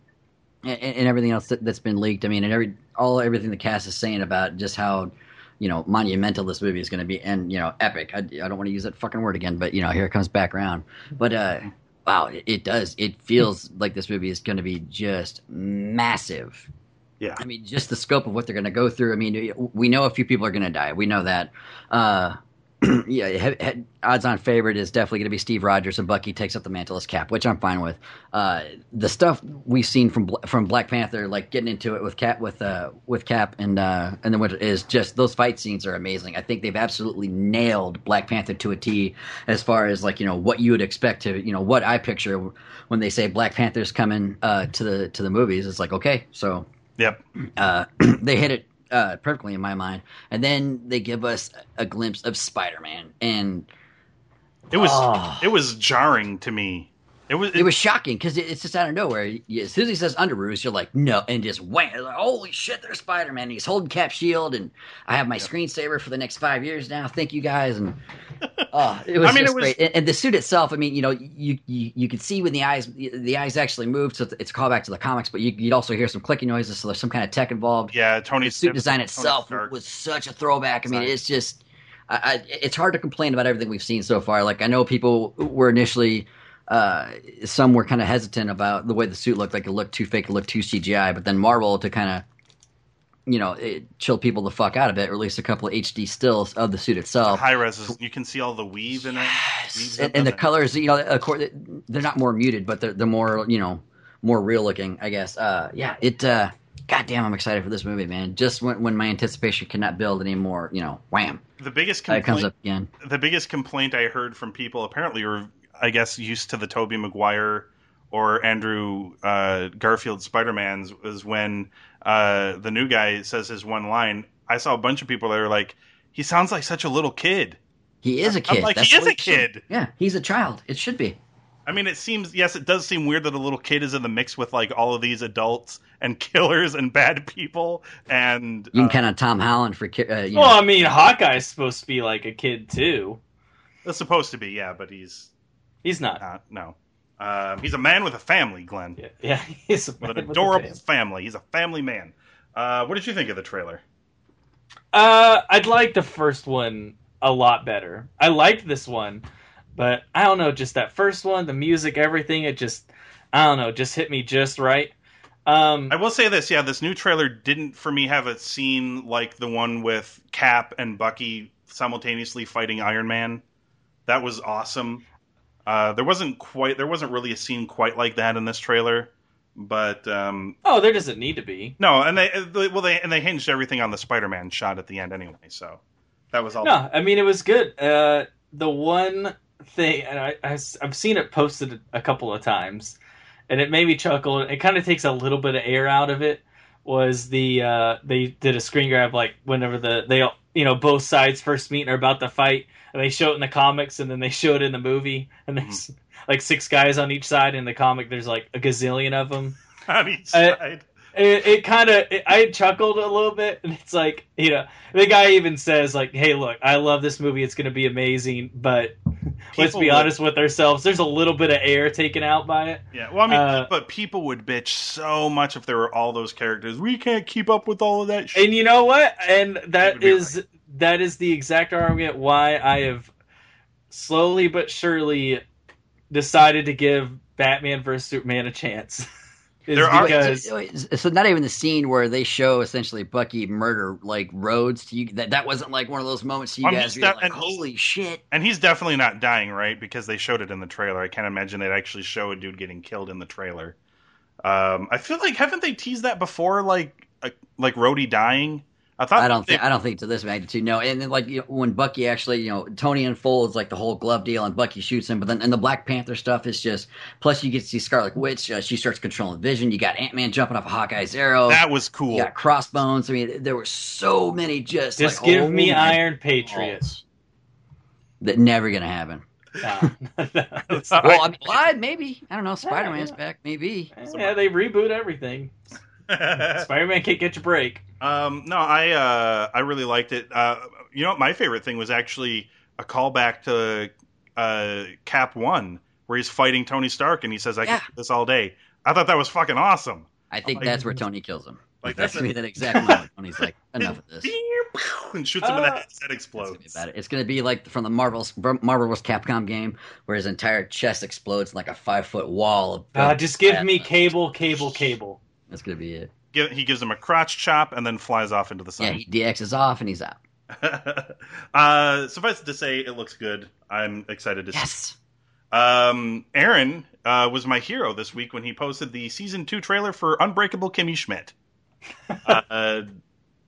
Speaker 3: and, and everything else that, that's been leaked. I mean, and every all everything the cast is saying about just how you know monumental this movie is going to be and you know epic. I, I don't want to use that fucking word again, but you know here it comes back around. But uh, wow, it, it does. It feels like this movie is going to be just massive.
Speaker 2: Yeah.
Speaker 3: I mean, just the scope of what they're going to go through. I mean, we know a few people are going to die. We know that. Uh, yeah, he- he- odds-on favorite is definitely going to be Steve Rogers, and Bucky takes up the mantle as Cap, which I'm fine with. Uh, the stuff we've seen from Bla- from Black Panther, like getting into it with Cap with uh, with Cap and uh, and the Winter is just those fight scenes are amazing. I think they've absolutely nailed Black Panther to a T as far as like you know what you would expect to you know what I picture when they say Black Panther's coming uh, to the to the movies. It's like okay, so
Speaker 2: Yep.
Speaker 3: uh, they hit it uh, perfectly in my mind. And then they give us a glimpse of Spider Man, and
Speaker 2: It was
Speaker 4: Ah.
Speaker 2: it was jarring to me. It was
Speaker 3: it was shocking because it's just out of nowhere. Yeah, As soon as he says Underoos, you're like, no, and just wham! Like, Holy shit, there's Spider Man. He's holding Cap Shield, and I have my screensaver for the next five years now. Thank you guys, and uh, it was
Speaker 2: I mean,
Speaker 3: just
Speaker 2: it was-
Speaker 3: great. And, and the suit itself, I mean, you know, you you, you could see when the eyes the eyes actually moved, so it's- it's a callback to the comics, but you, you'd also hear some clicking noises, so there's some kind of tech involved.
Speaker 2: yeah, Tony
Speaker 3: the suit
Speaker 2: Stark-
Speaker 3: design
Speaker 2: Tony
Speaker 3: itself
Speaker 2: Stark.
Speaker 3: was such a throwback. I mean,
Speaker 2: Design.
Speaker 3: it's just, I, I, it's hard to complain about everything we've seen so far. Like I know people were initially, uh, some were kind of hesitant about the way the suit looked. Like it looked too fake, it looked too CGI. But then Marvel to kind of, you know, it chilled people the fuck out of it. Released a couple of HD stills of the suit itself.
Speaker 2: high res. is- You can see all the weave in it. Weaves
Speaker 3: And,
Speaker 2: in
Speaker 3: and the
Speaker 2: them.
Speaker 3: colors, you know, of course, they're not more muted, but they're, they're more, you know, more real looking, I guess. Uh, yeah, it, uh, goddamn, I'm excited for this movie, man. Just when, when my anticipation cannot build anymore, you know, wham,
Speaker 2: The biggest
Speaker 3: it comes
Speaker 2: complaint,
Speaker 3: up again.
Speaker 2: the biggest complaint I heard from people apparently were, I guess, used to the Toby Maguire or Andrew uh, Garfield Spider Man's was when uh, the new guy says his one line. I saw a bunch of people that were like, "He sounds like such a little kid."
Speaker 3: He is a kid.
Speaker 2: I'm like,
Speaker 3: That's
Speaker 2: he is
Speaker 3: what
Speaker 2: a
Speaker 3: it should-
Speaker 2: kid.
Speaker 3: Yeah, he's a child. It should be.
Speaker 2: I mean, it seems yes, it does seem weird that a little kid is in the mix with like all of these adults and killers and bad people and uh,
Speaker 3: You can count on Tom Holland for, ki- uh, you know,
Speaker 4: Well, I mean, Hawkeye's supposed to be like a kid too.
Speaker 2: it's supposed to be yeah, but he's
Speaker 4: He's not.
Speaker 2: not. No, um, he's a man with a family, Glenn.
Speaker 4: Yeah, yeah he's a man
Speaker 2: With
Speaker 4: with
Speaker 2: an
Speaker 4: a
Speaker 2: adorable
Speaker 4: tail.
Speaker 2: family. He's a family man. Uh, what did you think of the trailer?
Speaker 4: Uh, I'd like the first one a lot better. I liked this one, but I don't know, just that first one, the music, everything, it just, I don't know, just hit me just right. Um,
Speaker 2: I will say this, yeah, this new trailer didn't for me have a scene like the one with Cap and Bucky simultaneously fighting Iron Man. That was awesome. Uh, there wasn't quite, there wasn't really a scene quite like that in this trailer, but um,
Speaker 4: oh, there doesn't need to be.
Speaker 2: no, and they well they and they hinged everything on the Spider-Man shot at the end anyway, so that was all.
Speaker 4: No, I mean, it was good. Uh, the one thing, and I, I, have seen it posted a couple of times, and it made me chuckle. It kind of takes a little bit of air out of it. Was the uh, they did a screen grab like whenever the they all- you know both sides first meet and are about to fight, and they show it in the comics, and then they show it in the movie, and there's like six guys on each side. In the comic, there's like a gazillion of them.
Speaker 2: on each
Speaker 4: I-
Speaker 2: side.
Speaker 4: it, it kind of I chuckled a little bit, and it's like you know the guy even says like, "Hey, look, I love this movie. It's going to be amazing, but let's
Speaker 2: People
Speaker 4: be
Speaker 2: would-
Speaker 4: honest with ourselves. There's a little bit of air taken out by it."
Speaker 2: Yeah, well, I mean,
Speaker 4: Uh,
Speaker 2: but people would bitch so much if there were all those characters. We can't keep up with all of that shit.
Speaker 4: And you know what? And
Speaker 2: would
Speaker 4: that
Speaker 2: be
Speaker 4: is that is the exact argument why I have slowly but surely decided to give Batman vs Superman a chance. is
Speaker 2: There are-
Speaker 4: because
Speaker 3: so, wait, so not even the scene where they show essentially Bucky murder like Rhodes to you that that wasn't like one of those moments to you
Speaker 2: I'm
Speaker 3: guys
Speaker 2: just
Speaker 3: were like,
Speaker 2: not- and-
Speaker 3: holy shit.
Speaker 2: And he's definitely not dying, right? Because they showed it in the trailer. I can't imagine they'd actually show a dude getting killed in the trailer. Um, I feel like haven't they teased that before? Like, uh, like Rhodey dying. I thought
Speaker 3: I don't
Speaker 2: they-
Speaker 3: think I don't think to this magnitude. No, and then like you know, when Bucky actually, you know, Tony unfolds like the whole glove deal, and Bucky shoots him. But then and the Black Panther stuff is just. Plus, you get to see Scarlet Witch. Uh, she starts controlling Vision. You got Ant Man jumping off of Hawkeye's arrow.
Speaker 2: that was cool.
Speaker 3: you got Crossbones. I mean, there were so many just.
Speaker 4: just
Speaker 3: like,
Speaker 4: give
Speaker 3: oh
Speaker 4: me
Speaker 3: my
Speaker 4: Iron Patriot.
Speaker 3: That never gonna happen.
Speaker 4: Nah. It's-
Speaker 2: Uh, I-
Speaker 3: Well, I mean, why? maybe I don't know. Spider Man's back, maybe.
Speaker 4: yeah, they reboot everything. Spider Man can't catch a break.
Speaker 2: Um, no, I uh, I really liked it. Uh, you know, what my favorite thing was actually a callback to uh, Cap One, where he's fighting Tony Stark, and he says, "I
Speaker 3: Yeah.
Speaker 2: can do this all day." I thought that was fucking awesome.
Speaker 3: I think
Speaker 2: Like-
Speaker 3: that's where Tony kills him.
Speaker 2: Like,
Speaker 3: that's
Speaker 2: that's
Speaker 3: gonna
Speaker 2: a-
Speaker 3: be that exact moment. Tony's like, enough of this. That's
Speaker 2: And shoots him in the
Speaker 4: Uh,
Speaker 2: head, his head
Speaker 3: gonna be
Speaker 2: explodes.
Speaker 3: about it. It's gonna be like from the Marvel's Marvel vs. Capcom game, where his entire chest explodes in like a five foot wall. Of
Speaker 4: Uh, just give
Speaker 3: Batman.
Speaker 4: me cable, cable, cable.
Speaker 3: That's gonna be it.
Speaker 2: Give- He gives him a crotch chop and then flies off into the
Speaker 3: Yeah,
Speaker 2: sun.
Speaker 3: he DX is off and he's out.
Speaker 2: uh, suffice it to say, it looks good. I'm excited to see
Speaker 3: Yes.
Speaker 2: Um, Aaron uh, was my hero this week when he posted the season two trailer for Unbreakable Kimmy Schmidt. uh,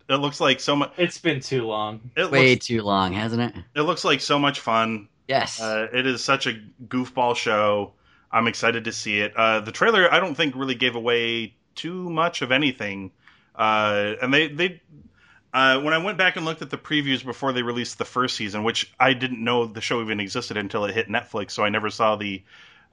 Speaker 2: it looks like so much.
Speaker 4: It's been too long.
Speaker 2: It
Speaker 3: Way
Speaker 2: looks,
Speaker 3: too long, hasn't it?
Speaker 2: it looks like so much fun.
Speaker 3: Yes.
Speaker 2: Uh, it is such a goofball show. I'm excited to see it. Uh, the trailer, I don't think, really gave away too much of anything. Uh, and they they uh, when I went back and looked at the previews before they released the first season, which I didn't know the show even existed until it hit Netflix, so I never saw the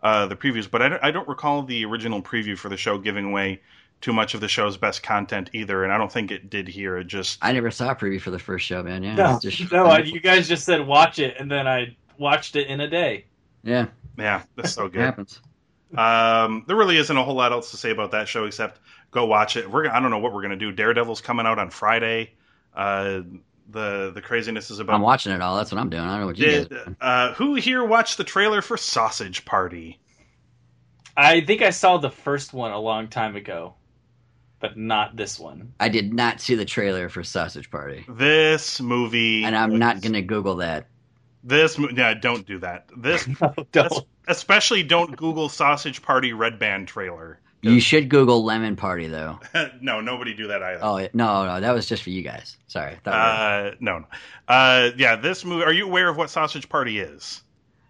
Speaker 2: uh, the previews. But I don't, I don't recall the original preview for the show giving away too much of the show's best content either, and I don't think it did here. It just
Speaker 3: I never saw a preview for the first show, man. Yeah.
Speaker 4: No,
Speaker 3: it's just-
Speaker 4: no, I, you guys just said watch it, and then I watched it in a day.
Speaker 3: yeah,
Speaker 2: yeah, that's so
Speaker 3: it
Speaker 2: good.
Speaker 3: happens.
Speaker 2: Um, there really isn't a whole lot else to say about that show except go watch it. We're gonna- I don't know what we're gonna do. Daredevil's coming out on Friday. Uh, the the craziness is about.
Speaker 3: I'm watching it all. That's what I'm doing. I don't know what you guys.
Speaker 2: Did, uh, who here watched the trailer for Sausage Party?
Speaker 4: I think I saw the first one a long time ago, but not this one.
Speaker 3: I did not see the trailer for Sausage Party,
Speaker 2: This movie,
Speaker 3: and I'm not gonna Google that.
Speaker 2: This mo- no, don't do that. This
Speaker 4: Oh, Don't.
Speaker 2: especially don't Google Sausage Party Red Band trailer.
Speaker 3: You should Google Lemon Party though.
Speaker 2: no, nobody do that either.
Speaker 3: Oh yeah. no, no, that was just for you guys. Sorry. That was-
Speaker 2: uh, no, no. uh, yeah, this movie. Are you aware of what Sausage Party is?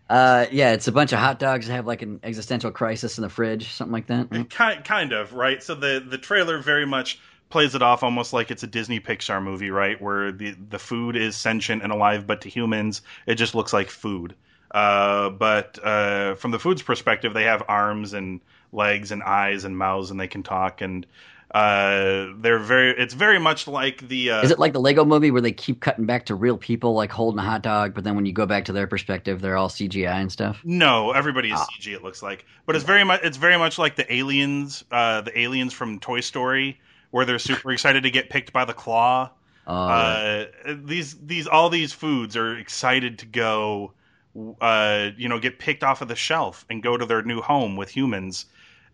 Speaker 3: Uh, yeah, it's a bunch of hot dogs that have like an existential crisis in the fridge, something like that. Mm.
Speaker 2: kind, kind of right so the the trailer very much plays it off almost like it's a disney pixar movie right where the the food is sentient and alive but to humans it just looks like food uh, but uh, from the food's perspective they have arms and legs and eyes and mouths and they can talk and uh, they're very it's very much like the uh,
Speaker 3: Is it like the Lego movie where they keep cutting back to real people like holding a hot dog, but then when you go back to their perspective, they're all CGI and stuff?
Speaker 2: No, everybody is
Speaker 3: Ah.
Speaker 2: CG. It looks like, but it's very much it's very much like the aliens, uh, the aliens from Toy Story, where they're super excited to get picked by the claw.
Speaker 3: Oh,
Speaker 2: Uh, these these all these foods are excited to go, uh, you know, get picked off of the shelf and go to their new home with humans,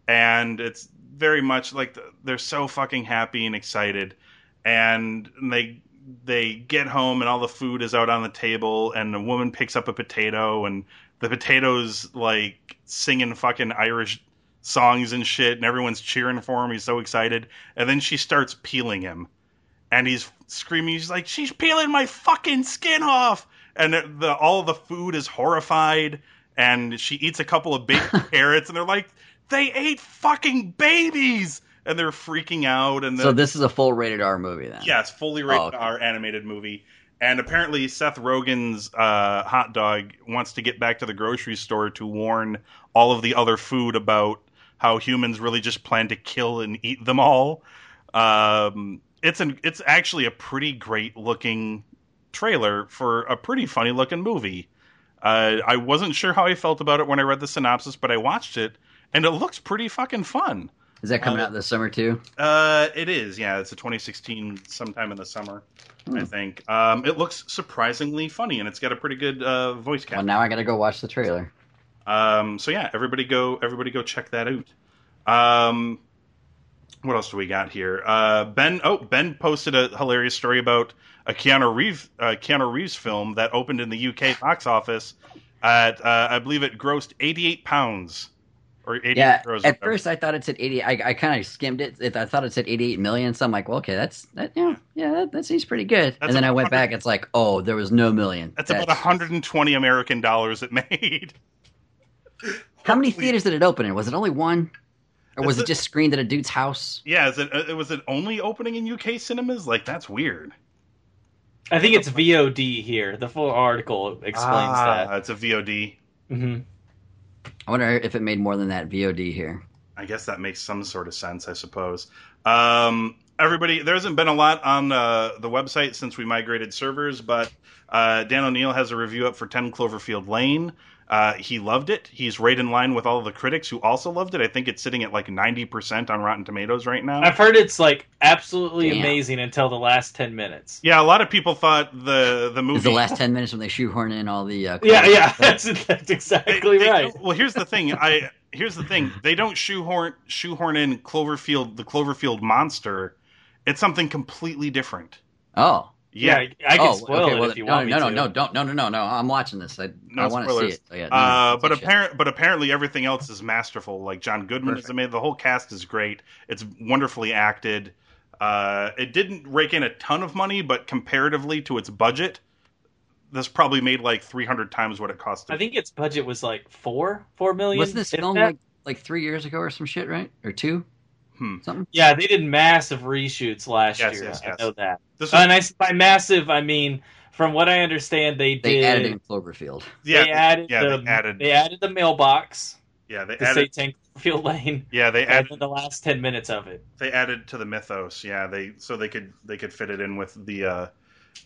Speaker 2: and it's very much like the, they're so fucking happy and excited, and they they get home and all the food is out on the table and a woman picks up a potato and the potatoes like singing fucking Irish songs and shit and everyone's cheering for him he's so excited and then she starts peeling him and he's screaming. He's like, "She's peeling my fucking skin off!" And the, the all the food is horrified, and she eats a couple of baked carrots, and they're like, "They ate fucking babies!" And they're freaking out. And
Speaker 3: so
Speaker 2: the-
Speaker 3: this is a full rated R movie then?
Speaker 2: yes, fully rated
Speaker 3: Oh, okay.
Speaker 2: R animated movie. And apparently, Seth Rogen's uh, hot dog wants to get back to the grocery store to warn all of the other food about how humans really just plan to kill and eat them all. Um, it's an it's actually a pretty great looking trailer for a pretty funny looking movie. Uh, I wasn't sure how I felt about it when I read the synopsis, but I watched it and it looks pretty fucking fun.
Speaker 3: Is that coming
Speaker 2: Uh,
Speaker 3: out this summer too?
Speaker 2: Uh, it is, yeah. It's a 2016 sometime in the summer,
Speaker 3: Hmm.
Speaker 2: I think. Um, it looks surprisingly funny, and it's got a pretty good uh, voice
Speaker 3: Well,
Speaker 2: cast.
Speaker 3: now I got to go watch the trailer.
Speaker 2: Um, so yeah, everybody go, everybody go check that out. Um, what else do we got here? Uh, ben, oh, Ben posted a hilarious story about a Keanu Reeves, uh, Keanu Reeves film that opened in the UK box office at, uh, I believe it grossed 88 pounds or 88
Speaker 3: Yeah.
Speaker 2: euros. or
Speaker 3: At
Speaker 2: whatever.
Speaker 3: first, I thought it said eighty. I, I kind of skimmed it. It- I thought it said eighty-eight million. So I'm like, well, okay, that's that. Yeah, yeah, that, that seems pretty good.
Speaker 2: That's
Speaker 3: and then I
Speaker 2: about 100
Speaker 3: went back. It's like, oh, there was no million.
Speaker 2: that's, about 120 American dollars it made.
Speaker 3: How many theaters did it open in? Was it only one, or was
Speaker 2: It's
Speaker 3: it
Speaker 2: a-
Speaker 3: just screened at a dude's house?
Speaker 2: Yeah, is it, uh, was it only opening in UK cinemas? Like, that's weird.
Speaker 4: I think it's VOD here. The full article explains
Speaker 3: Ah.
Speaker 2: that. It's a VOD.
Speaker 4: that. hmm
Speaker 3: I wonder if it made more than that VOD here.
Speaker 2: I guess that makes some sort of sense, I suppose. Um, everybody, there hasn't been a lot on uh, the website since we migrated servers, but uh, Dan O'Neill has a review up for 10 Cloverfield Lane. Uh, he loved it. He's right in line with all of the critics who also loved it. I think it's sitting at like 90% on Rotten Tomatoes right now.
Speaker 4: I've heard it's like absolutely
Speaker 3: Damn.
Speaker 4: amazing until the last ten minutes.
Speaker 2: yeah, a lot of people thought the the movie
Speaker 3: Is the last ten minutes when they shoehorn in all the? Uh,
Speaker 4: Yeah,
Speaker 3: clothes?
Speaker 4: yeah, that's that's
Speaker 2: They-
Speaker 4: exactly
Speaker 2: they
Speaker 4: right.
Speaker 2: don't- well, here's the thing. I here's the thing. They don't shoehorn shoehorn in Cloverfield, the Cloverfield monster. It's something completely different.
Speaker 3: Oh.
Speaker 4: Yeah,
Speaker 2: Yeah.
Speaker 4: I can
Speaker 3: oh,
Speaker 4: spoil
Speaker 3: okay,
Speaker 4: it
Speaker 3: well,
Speaker 4: if you
Speaker 3: no,
Speaker 4: want
Speaker 3: no,
Speaker 4: me
Speaker 3: no,
Speaker 4: to.
Speaker 3: no, don't, no, no, no, no. I'm watching this. I,
Speaker 2: No
Speaker 3: I want to see
Speaker 2: spoilers.
Speaker 3: it. So, yeah, Mm, no,
Speaker 2: Uh,
Speaker 3: it's
Speaker 2: but
Speaker 3: like shit.
Speaker 2: apparent, but apparently everything else is masterful. Like John Goodman is
Speaker 3: Perfect.
Speaker 2: amazing. The whole cast is great. It's wonderfully acted. Uh, it didn't rake in a ton of money, but comparatively to its budget, this probably made like 300 times what it cost. to
Speaker 4: I think its budget was like four, four million.
Speaker 3: wasn't this
Speaker 4: if
Speaker 3: film
Speaker 4: that?
Speaker 3: like like three years ago or some shit, right? Or two?
Speaker 2: Hmm.
Speaker 3: Something.
Speaker 4: Yeah, they did massive reshoots last
Speaker 2: Yes,
Speaker 4: year.
Speaker 2: yes, yes.
Speaker 4: I know that. Uh,
Speaker 2: this
Speaker 4: and
Speaker 2: was,
Speaker 4: I, s- by massive, I mean from what I understand, they did.
Speaker 3: They added in Cloverfield.
Speaker 2: yeah,
Speaker 4: they added
Speaker 2: yeah,
Speaker 4: the,
Speaker 2: they added,
Speaker 4: they added the mailbox
Speaker 2: yeah, they
Speaker 4: to
Speaker 2: added,
Speaker 4: say Tank Field Lane.
Speaker 2: yeah, they
Speaker 4: And
Speaker 2: added
Speaker 4: then the last ten minutes of it.
Speaker 2: they added to the mythos yeah they so they could they could fit it in with the uh,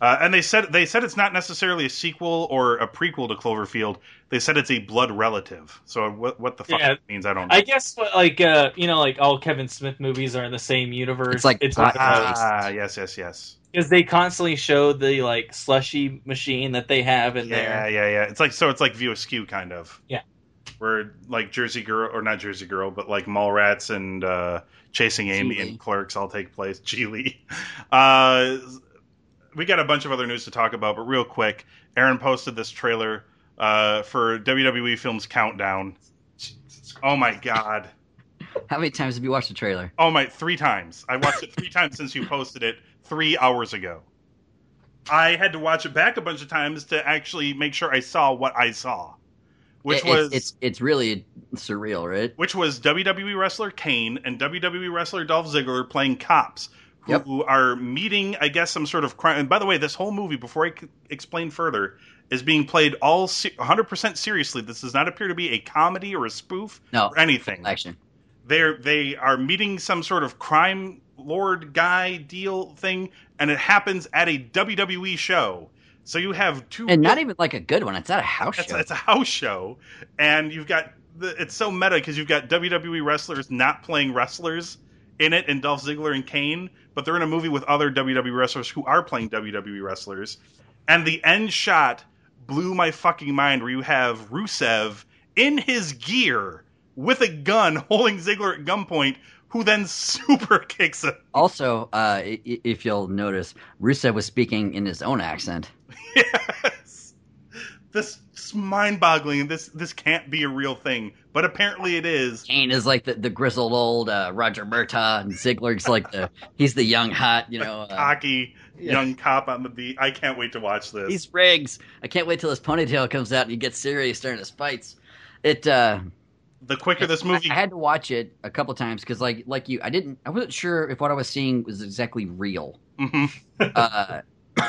Speaker 2: uh and they said they said it's not necessarily a sequel or a prequel to cloverfield they said it's a blood relative so what what the fuck
Speaker 4: Yeah.
Speaker 2: that means i don't know
Speaker 4: I guess what like uh you know like all Kevin Smith movies are in the same universe.
Speaker 3: It's like
Speaker 4: because
Speaker 3: Hot
Speaker 2: ah yes yes yes
Speaker 4: they constantly show the like slushy machine that they have in
Speaker 2: yeah
Speaker 4: there.
Speaker 2: yeah yeah it's like so it's like view askew kind of
Speaker 4: Yeah.
Speaker 2: where like jersey girl or not jersey girl but like mallrats and uh chasing amy
Speaker 3: Geely.
Speaker 2: and clerks all take place Geely. uh we got a bunch of other news to talk about, but real quick, Aaron posted this trailer uh, for WWE Films Countdown. Oh my god!
Speaker 3: How many times have you watched the trailer?
Speaker 2: Oh my, three times. I watched it three times since you posted it three hours ago. I had to watch it back a bunch of times to actually make sure I saw what I saw, which
Speaker 3: It-
Speaker 2: was
Speaker 3: it's, it's it's really surreal, right?
Speaker 2: which was WWE wrestler Kane and WWE wrestler Dolph Ziggler playing cops who
Speaker 3: Yep.
Speaker 2: are meeting, I guess, some sort of crime. And by the way, this whole movie, before I c- explain further, is being played all se- 100% seriously. This does not appear to be a comedy or a spoof
Speaker 3: No,
Speaker 2: or anything.
Speaker 3: action.
Speaker 2: They're they are meeting some sort of crime lord guy deal thing, and it happens at a WWE show. So you have two
Speaker 3: And not even like a good one. It's not a house
Speaker 2: it's,
Speaker 3: show.
Speaker 2: it's a house show, and you've got the, it's so meta because you've got WWE wrestlers not playing wrestlers in it, and Dolph Ziggler and Kane, but they're in a movie with other WWE wrestlers who are playing WWE wrestlers, and the end shot blew my fucking mind. Where you have Rusev in his gear with a gun, holding Ziggler at gunpoint, who then super kicks him.
Speaker 3: also, uh, i- i- if you'll notice, Rusev was speaking in his own accent.
Speaker 2: yes. This is mind-boggling. This this can't be a real thing, but apparently it is.
Speaker 3: Kane is like the, the grizzled old uh, Roger Murtaugh, and Ziggler's like the he's the young hot, you know. Uh,
Speaker 2: cocky young cop on the beat. I can't wait to watch this.
Speaker 3: He's rigs. I can't wait till his ponytail comes out and he gets serious during his fights. It uh
Speaker 2: the quicker this movie,
Speaker 3: I, I had to watch it a couple times because like like you I didn't I wasn't sure if what I was seeing was exactly real.
Speaker 2: Mhm.
Speaker 3: Uh
Speaker 4: You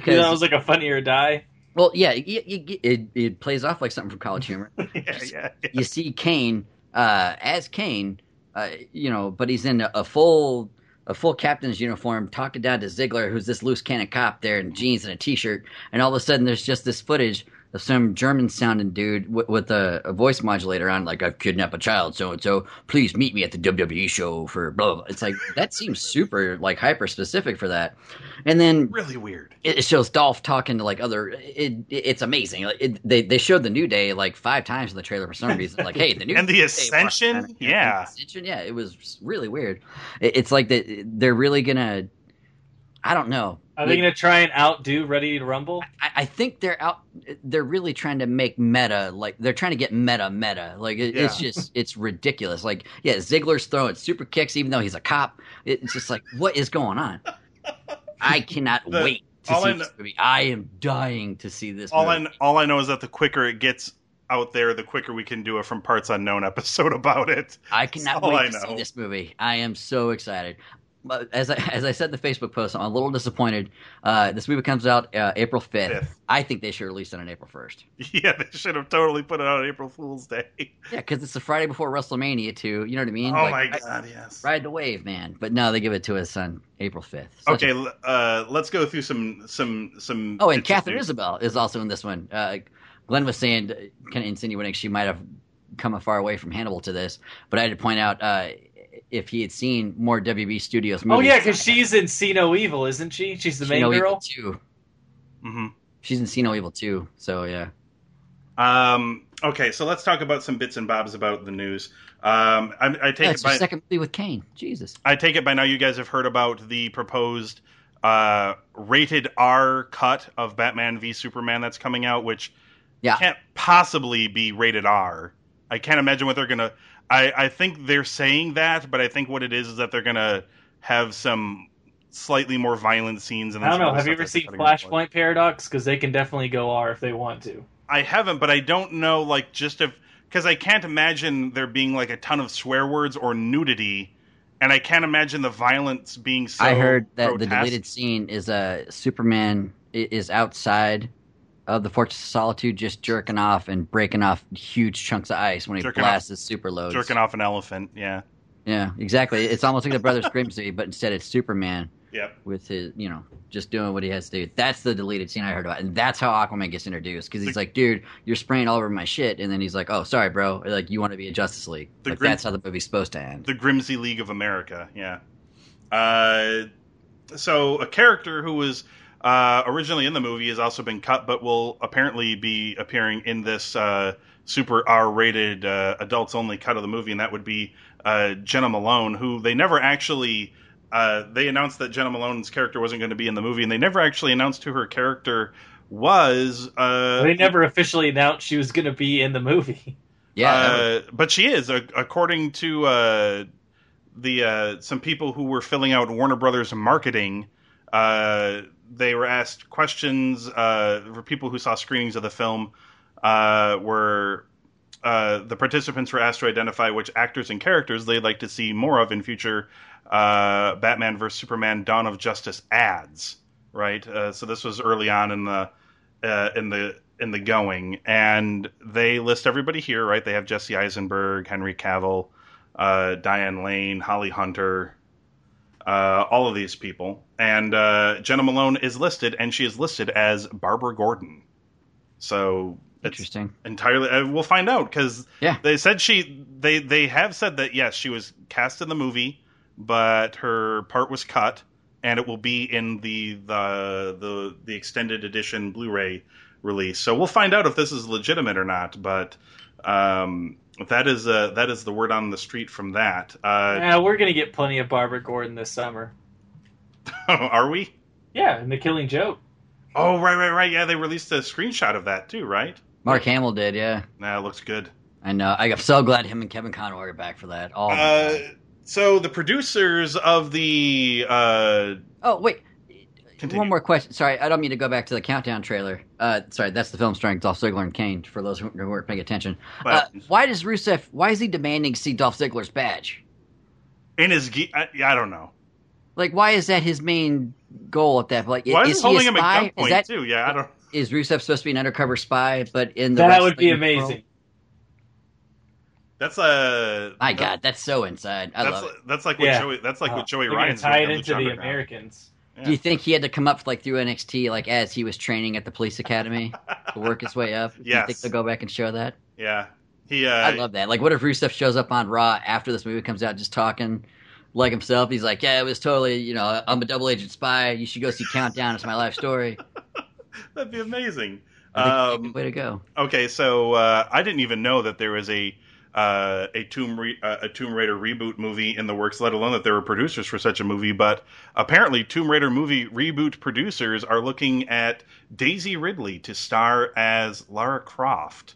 Speaker 3: because
Speaker 4: know, it was like a funny or die.
Speaker 3: well yeah, it, it, it, it plays off like something from College Humor.
Speaker 2: yeah, yeah, yeah.
Speaker 3: You see Kane uh, as Kane, uh, you know, but he's in a, a full a full captain's uniform, talking down to Ziggler, who's this loose cannon cop there in jeans and a t-shirt, and all of a sudden there's just this footage of some German-sounding dude wi- with a, a voice modulator on, like "I've kidnapped a child, so and so. Please meet me at the WWE show for blah." blah. blah." It's like that seems super like hyper specific for that, and then
Speaker 2: Really weird.
Speaker 3: it it shows Dolph talking to like other. It, it, it's amazing. Like, it, they they showed the New Day like five times in the trailer for some reason. Like, hey, the New
Speaker 2: And the
Speaker 3: Day
Speaker 2: Ascension?
Speaker 3: walked down-
Speaker 2: Yeah.
Speaker 3: the Ascension. Yeah, it was really weird. It, it's like that they, they're really gonna. I don't know.
Speaker 4: Are they going to try and outdo Ready to Rumble?
Speaker 3: I, I think they're out. They're really trying to make meta. Like they're trying to get meta, meta. Like it, it's just, it's ridiculous. Like yeah, Ziggler's throwing super kicks, even though he's a cop. It- it's just like, what is going on? I cannot
Speaker 2: The-
Speaker 3: wait to
Speaker 2: all
Speaker 3: see
Speaker 2: I kn-
Speaker 3: this movie. I am dying to see this.
Speaker 2: All I
Speaker 3: movie.
Speaker 2: kn- all I know is that the quicker it gets out there, the quicker we can do a from parts unknown episode about it.
Speaker 3: I cannot
Speaker 2: all
Speaker 3: wait
Speaker 2: I
Speaker 3: to see
Speaker 2: know.
Speaker 3: this movie. I am so excited. But As I, as I said in the Facebook post, I'm a little disappointed. Uh, this movie comes out uh, April 5th.
Speaker 2: Fifth.
Speaker 3: I think they should release it on April 1st.
Speaker 2: Yeah, they should have totally put it out on April Fool's Day.
Speaker 3: Yeah, because it's the Friday before WrestleMania, too. You know what I
Speaker 2: Oh
Speaker 3: mean?
Speaker 2: my
Speaker 3: Like, I-
Speaker 2: god, yes.
Speaker 3: Ride the wave, man. But no, they give it to us on April 5th. Such
Speaker 2: Okay,
Speaker 3: a-
Speaker 2: l- uh, let's go through some some some.
Speaker 3: oh, and
Speaker 2: bits of
Speaker 3: Catherine
Speaker 2: news.
Speaker 3: Isabel is also in this one. Uh, Glenn was saying, kind of insinuating she might have come far away from Hannibal to this, but I had to point out uh, if he had seen more WB Studios
Speaker 4: Oh
Speaker 3: movies.
Speaker 4: yeah, because she's in See No Evil, isn't she? She's the
Speaker 3: She
Speaker 4: main
Speaker 3: No
Speaker 4: girl.
Speaker 3: Evil too.
Speaker 2: Mhm.
Speaker 3: She's in See No Evil too. So yeah,
Speaker 2: Um, okay, so let's talk about some bits and bobs about the news. Um, I, I take
Speaker 3: yeah,
Speaker 2: it
Speaker 3: it's
Speaker 2: by
Speaker 3: her second movie with Kane. Jesus.
Speaker 2: I take it by now you guys have heard about the proposed uh, rated R cut of Batman v Superman that's coming out, which
Speaker 3: Yeah.
Speaker 2: can't possibly be rated R. I can't imagine what they're gonna. I, I think they're saying that, but I think what it is is that they're gonna have some slightly more violent scenes. And
Speaker 4: I don't
Speaker 2: some
Speaker 4: know.
Speaker 2: other
Speaker 4: Have
Speaker 2: stuff
Speaker 4: you ever
Speaker 2: that's
Speaker 4: seen
Speaker 2: cutting them apart.
Speaker 4: Flashpoint Paradox? Because they can definitely go R if they want to.
Speaker 2: I haven't, but I don't know, like, just if. Because I can't imagine there being, like, a ton of swear words or nudity, and I can't imagine the violence being so.
Speaker 3: I heard that the
Speaker 2: grotesque.
Speaker 3: deleted scene is uh, Superman i- is outside of the Fortress of Solitude, just jerking off and breaking off huge chunks of ice when he
Speaker 2: Jerking off.
Speaker 3: blasts his super loads.
Speaker 2: Jerking off an elephant, yeah.
Speaker 3: Yeah, exactly. It's almost like the Brothers Grimm movie, but instead it's Superman
Speaker 2: Yep.
Speaker 3: with his, you know, just doing what he has to do. That's the deleted scene I heard about, and that's how Aquaman gets introduced because he's
Speaker 2: The-
Speaker 3: like, "Dude, you're spraying all over my shit," and then he's like, "Oh, sorry, bro. Like, you want to be a Justice League?
Speaker 2: The
Speaker 3: like,
Speaker 2: Grimm-
Speaker 3: that's how the movie's supposed to end."
Speaker 2: The Grimsey League of America, yeah. Uh, so a character who was uh, originally in the movie has also been cut, but will apparently be appearing in this uh, super R-rated uh, adults-only cut of the movie, and that would be uh, Jenna Malone, who they never actually. Uh, they announced that Jenna Malone's character wasn't going to be in the movie, and they never actually announced who her character was. Uh,
Speaker 4: they never officially announced she was going to be in the movie.
Speaker 3: yeah, that was-
Speaker 2: uh, but she is, ac- according to uh, the uh, some people who were filling out Warner Brothers marketing. Uh, they were asked questions uh, for people who saw screenings of the film. Uh, were uh, the participants were asked to identify which actors and characters they'd like to see more of in future uh, Batman vs Superman: Dawn of Justice ads. Right, uh, so this was early on in the uh, in the in the going, and they list everybody here, right? They have Jesse Eisenberg, Henry Cavill, uh, Diane Lane, Holly Hunter, uh, all of these people, and uh, Jenna Malone is listed, and she is listed as Barbara Gordon. So it's
Speaker 3: interesting.
Speaker 2: entirely. Uh, we'll find out because
Speaker 3: Yeah.
Speaker 2: they said she they they have said that yes, she was cast in the movie, but her part was cut, and it will be in the the the the extended edition Blu-ray release. So we'll find out if this is legitimate or not. But um, that is uh, that is the word on the street from that. Uh,
Speaker 4: Yeah, we're going to get plenty of Barbara Gordon this summer.
Speaker 2: are we?
Speaker 4: Yeah, in The Killing Joke.
Speaker 2: Oh right right right yeah they released a screenshot of that too right.
Speaker 3: Mark Hamill did, yeah.
Speaker 2: Nah, it looks good.
Speaker 3: I know. I'm so glad him and Kevin Conroy are back for that. Oh, my
Speaker 2: Uh,
Speaker 3: God.
Speaker 2: so the producers of the uh,
Speaker 3: oh wait.
Speaker 2: Continue.
Speaker 3: One more question. Sorry, I don't mean to go back to the countdown trailer. Uh, sorry, that's the film starring Dolph Ziggler and Kane. For those who, who weren't paying attention, uh,
Speaker 2: but
Speaker 3: why does Rusev? Why is he demanding to see Dolph Ziggler's badge?
Speaker 2: in his gi- I, yeah, I don't know.
Speaker 3: Like, why is that his main goal at that? Like,
Speaker 2: Why
Speaker 3: is,
Speaker 2: is it
Speaker 3: he a
Speaker 2: holding him at
Speaker 3: spy?
Speaker 2: gunpoint
Speaker 3: is that
Speaker 2: too? Yeah, I don't.
Speaker 3: is Rusev supposed to be an undercover spy? But in the
Speaker 4: That would be
Speaker 3: wrestling world-
Speaker 4: amazing.
Speaker 2: That's a.
Speaker 3: My God, that's so inside. I
Speaker 2: that's
Speaker 3: love it.
Speaker 2: that's like what
Speaker 4: Yeah.
Speaker 2: Joey. That's like
Speaker 4: Uh,
Speaker 2: what Joey
Speaker 4: they're gonna
Speaker 2: Ryan's
Speaker 4: tie it
Speaker 2: doing on
Speaker 4: into
Speaker 2: Lucha
Speaker 4: the
Speaker 2: Underground.
Speaker 4: Americans.
Speaker 2: Yeah.
Speaker 3: Do you think he had to come up like through NXT, like as he was training at the police academy to work his way up? Do You think
Speaker 2: Yes.
Speaker 3: they'll go back and show that?
Speaker 2: Yeah, he. Uh,
Speaker 3: I love that. Like, what if Rusev shows up on Raw after this movie comes out, just talking like himself? He's like, "Yeah, it was totally, you know, I'm a double agent spy. You should go see Countdown. It's my life story.
Speaker 2: that'd be amazing.
Speaker 3: I think-
Speaker 2: Um,
Speaker 3: way to go!"
Speaker 2: okay, so uh, I didn't even know that there was a uh, a Tomb Re- uh, a Tomb Raider reboot movie in the works. Let alone that there were producers for such a movie. But apparently, Tomb Raider movie reboot producers are looking at Daisy Ridley to star as Lara Croft.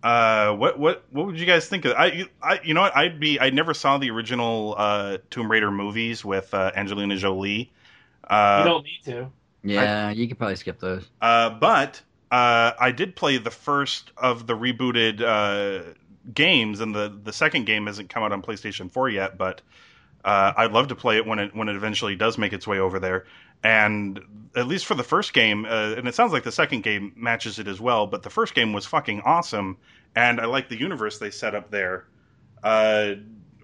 Speaker 2: Uh, what what what would you guys think of? I you- I you know what I'd be I never saw the original uh, Tomb Raider movies with uh, Angelina Jolie. Uh,
Speaker 4: you don't need to.
Speaker 3: Yeah, you could probably skip those.
Speaker 2: uh, but uh, I did play the first of the rebooted uh, games, and the, the second game hasn't come out on PlayStation 4 yet. But uh, I'd love to play it when it when it eventually does make its way over there. And at least for the first game, uh, and it sounds like the second game matches it as well. But the first game was fucking awesome, and I like the universe they set up there. Uh,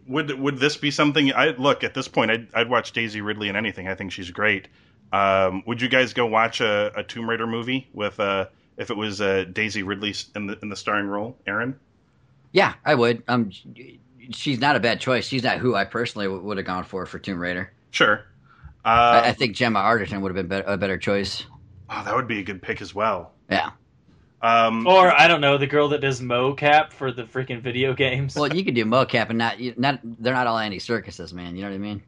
Speaker 2: would would this be something? I look at this point, I'd, I'd watch Daisy Ridley in anything. I think she's great. Um, would you guys go watch a, a Tomb Raider movie with uh, if it was uh, Daisy Ridley s- in the in the starring role, Aaron?
Speaker 3: Yeah, I would. Um, she's not a bad choice. She's not who I personally w- would have gone for for Tomb Raider.
Speaker 2: Sure. Uh,
Speaker 3: I, I think Gemma Arterton would have been bet- a better choice.
Speaker 2: oh, that would be a good pick as well.
Speaker 3: Yeah.
Speaker 2: Um,
Speaker 4: Or I don't know, the girl that does mocap for the freaking video games.
Speaker 3: Well, you could do mocap and not, you- not. They're not all anti circuses, man. You know what I mean?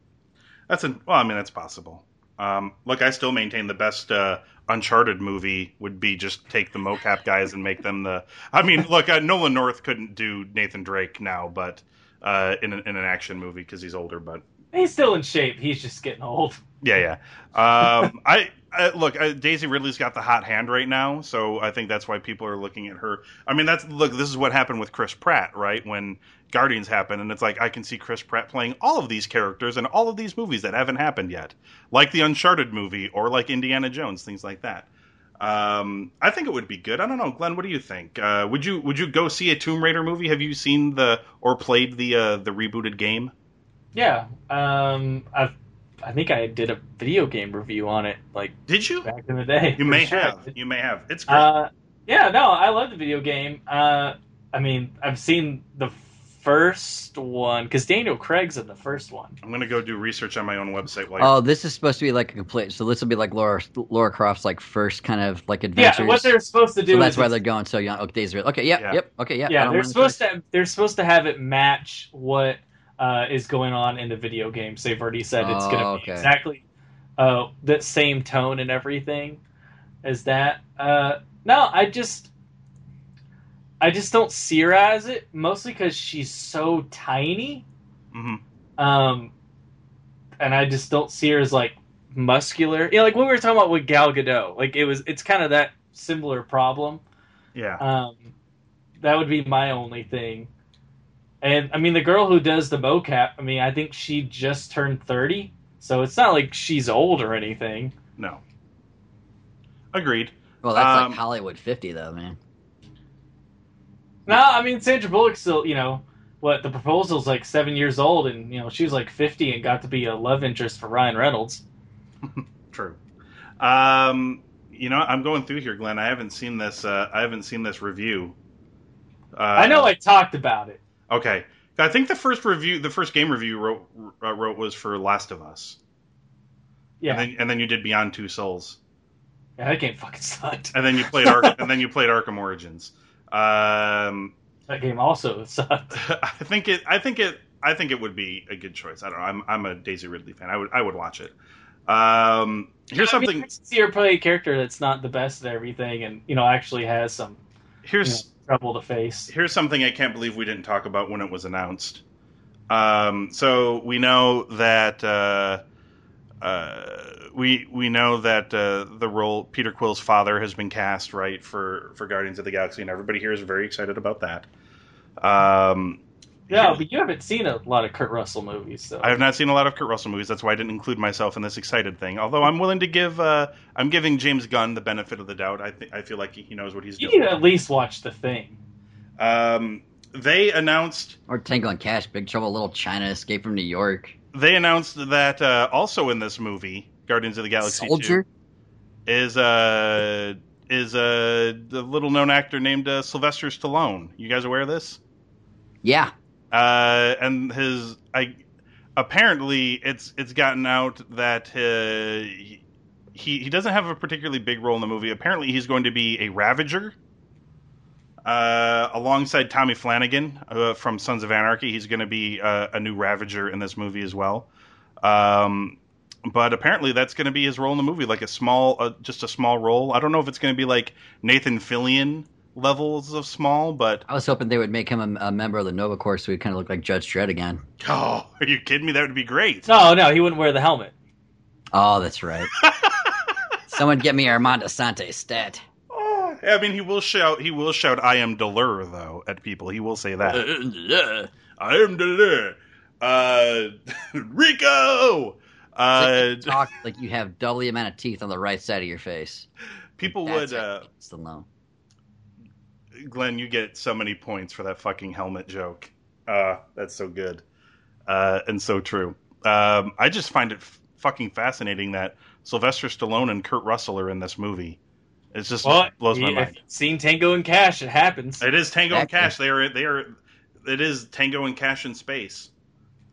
Speaker 2: that's an well, I mean that's possible. Um, look, I still maintain the best uh, Uncharted movie would be just take the mocap guys and make them the. I mean, look, uh, Nolan North couldn't do Nathan Drake now, but uh, in an, in an action movie because he's older, but.
Speaker 4: He's still in shape. He's just getting old.
Speaker 2: Yeah, yeah. Um, I, I look. I, Daisy Ridley's got the hot hand right now, so I think that's why people are looking at her. I mean, that's look. This is what happened with Chris Pratt, right? When Guardians happened, and it's like I can see Chris Pratt playing all of these characters in all of these movies that haven't happened yet, like the Uncharted movie or like Indiana Jones, things like that. Um, I think it would be good. I don't know, Glenn. What do you think? Uh, would you would you go see a Tomb Raider movie? Have you seen the or played the uh, the rebooted game?
Speaker 4: Yeah. Um I've I think I did a video game review on it like
Speaker 2: Did you?
Speaker 4: back in the day.
Speaker 2: You may
Speaker 4: Pretty sure I
Speaker 2: have.
Speaker 4: did.
Speaker 2: You may have. It's great.
Speaker 4: Uh, yeah, no, I love the video game. Uh, I mean, I've seen the first one because Daniel Craig's in the first one.
Speaker 2: I'm gonna go do research on my own website while
Speaker 3: Oh, this is supposed to be like a complete. So this will be like Laura Laura Croft's like first kind of like adventures.
Speaker 4: Yeah, what they're supposed to do.
Speaker 3: so
Speaker 4: is
Speaker 3: that's why
Speaker 4: it's-
Speaker 3: they're going so young. Okay, Days of Earth. Okay, yep,
Speaker 2: Yeah.
Speaker 3: yep. Okay, yeah. I
Speaker 4: yeah
Speaker 3: don't
Speaker 4: they're
Speaker 3: mind the
Speaker 4: supposed to they're supposed to have it match what uh, is going on in the video games. They've already said it's going to
Speaker 3: Oh,
Speaker 4: be
Speaker 3: okay.
Speaker 4: exactly uh, that same tone and everything as that. Uh, no, I just I just don't see her as it mostly because she's so tiny.
Speaker 2: hmm
Speaker 4: Um, and I just don't see her as like muscular. You know, like when we were talking about with Gal Gadot, like it was, it's kind of that similar problem.
Speaker 2: Yeah,
Speaker 4: Um, that would be my only thing. And I mean, the girl who does the mocap, I mean, I think she just turned thirty, so it's not like she's old or anything.
Speaker 2: no. Agreed.
Speaker 3: Well, that's
Speaker 2: Um,
Speaker 3: like Hollywood 50 though, man.
Speaker 4: No, I mean Sandra Bullock's still, you know, what the proposal's like seven years old, and you know she was like fifty and got to be a love interest for Ryan Reynolds.
Speaker 2: True. Um, you know, I'm going through here, Glenn. I haven't seen this. Uh, I haven't seen this review. Uh,
Speaker 4: I know I talked about it.
Speaker 2: okay, I think the first review, the first game review you wrote uh, wrote was for Last of Us,
Speaker 4: Yeah,
Speaker 2: and, then, and then you did Beyond Two Souls,
Speaker 4: yeah that game fucking sucked.
Speaker 2: and then you played Ar- and then you played Arkham Origins. Um,
Speaker 4: That game also sucked.
Speaker 2: I think it. I think it. I think it would be a good choice. I don't know. I'm I'm a Daisy Ridley fan. I would I would watch it. Um, here's
Speaker 4: I mean,
Speaker 2: something.
Speaker 4: it's nice to see her play a character that's not the best at everything, and you know actually has some
Speaker 2: Here's
Speaker 4: trouble to face.
Speaker 2: here's something I can't believe we didn't talk about when it was announced. Um, so we know that uh, uh, we we know that uh, the role Peter Quill's father has been cast right for for Guardians of the Galaxy, and everybody here is very excited about that. Um,
Speaker 4: Yeah, but you haven't seen a lot of Kurt Russell movies, so
Speaker 2: I have not seen a lot of Kurt Russell movies. That's why I didn't include myself in this excited thing. Although I'm willing to give, uh, I'm giving James Gunn the benefit of the doubt. I think I feel like he knows what he's
Speaker 4: you
Speaker 2: doing.
Speaker 4: need to at least watch the thing.
Speaker 2: Um, They announced
Speaker 3: Or Tango and Cash, Big Trouble, in Little China, Escape from New York,
Speaker 2: they announced that uh, also in this movie, Guardians of the Galaxy 2,
Speaker 3: Soldier.
Speaker 2: is uh is uh, the little known actor named uh, Sylvester Stallone. You guys aware of this?
Speaker 3: Yeah,
Speaker 2: Uh, and his I apparently it's it's gotten out that uh, he he doesn't have a particularly big role in the movie. Apparently, he's going to be a Ravager. Uh, alongside Tommy Flanagan uh, from Sons of Anarchy, he's going to be uh, a new Ravager in this movie as well. Um, but apparently, that's going to be his role in the movie, like a small, uh, just a small role. I don't know if it's going to be like Nathan Fillion levels of small, but
Speaker 3: I was hoping they would make him a, a member of the Nova Corps, so he kind of looked like Judge Dredd again.
Speaker 2: oh, are you kidding me? That would be great.
Speaker 4: No, no, he wouldn't wear the helmet.
Speaker 3: Oh, that's right. Someone get me Armando Sante stat.
Speaker 2: Oh, I mean, he will shout. He will shout, "I am Delur," though, at people. He will say that.
Speaker 3: It's
Speaker 2: Uh, I am Delur. Uh, Rico. Uh,
Speaker 3: like you talk like you have double the amount of teeth on the right side of your face.
Speaker 2: people
Speaker 3: That's
Speaker 2: would. Uh,
Speaker 3: right, Stallone.
Speaker 2: Glenn, you get so many points for that fucking helmet joke. Uh, that's so good uh, and so true. Um, I just find it f- fucking fascinating that Sylvester Stallone and Kurt Russell are in this movie. It just
Speaker 4: Well,
Speaker 2: blows my
Speaker 4: he-
Speaker 2: mind.
Speaker 4: if you've Seen Tango and Cash, it happens.
Speaker 2: It is Tango and
Speaker 3: Exactly.
Speaker 2: Cash. They are. They are. It is Tango and Cash in space,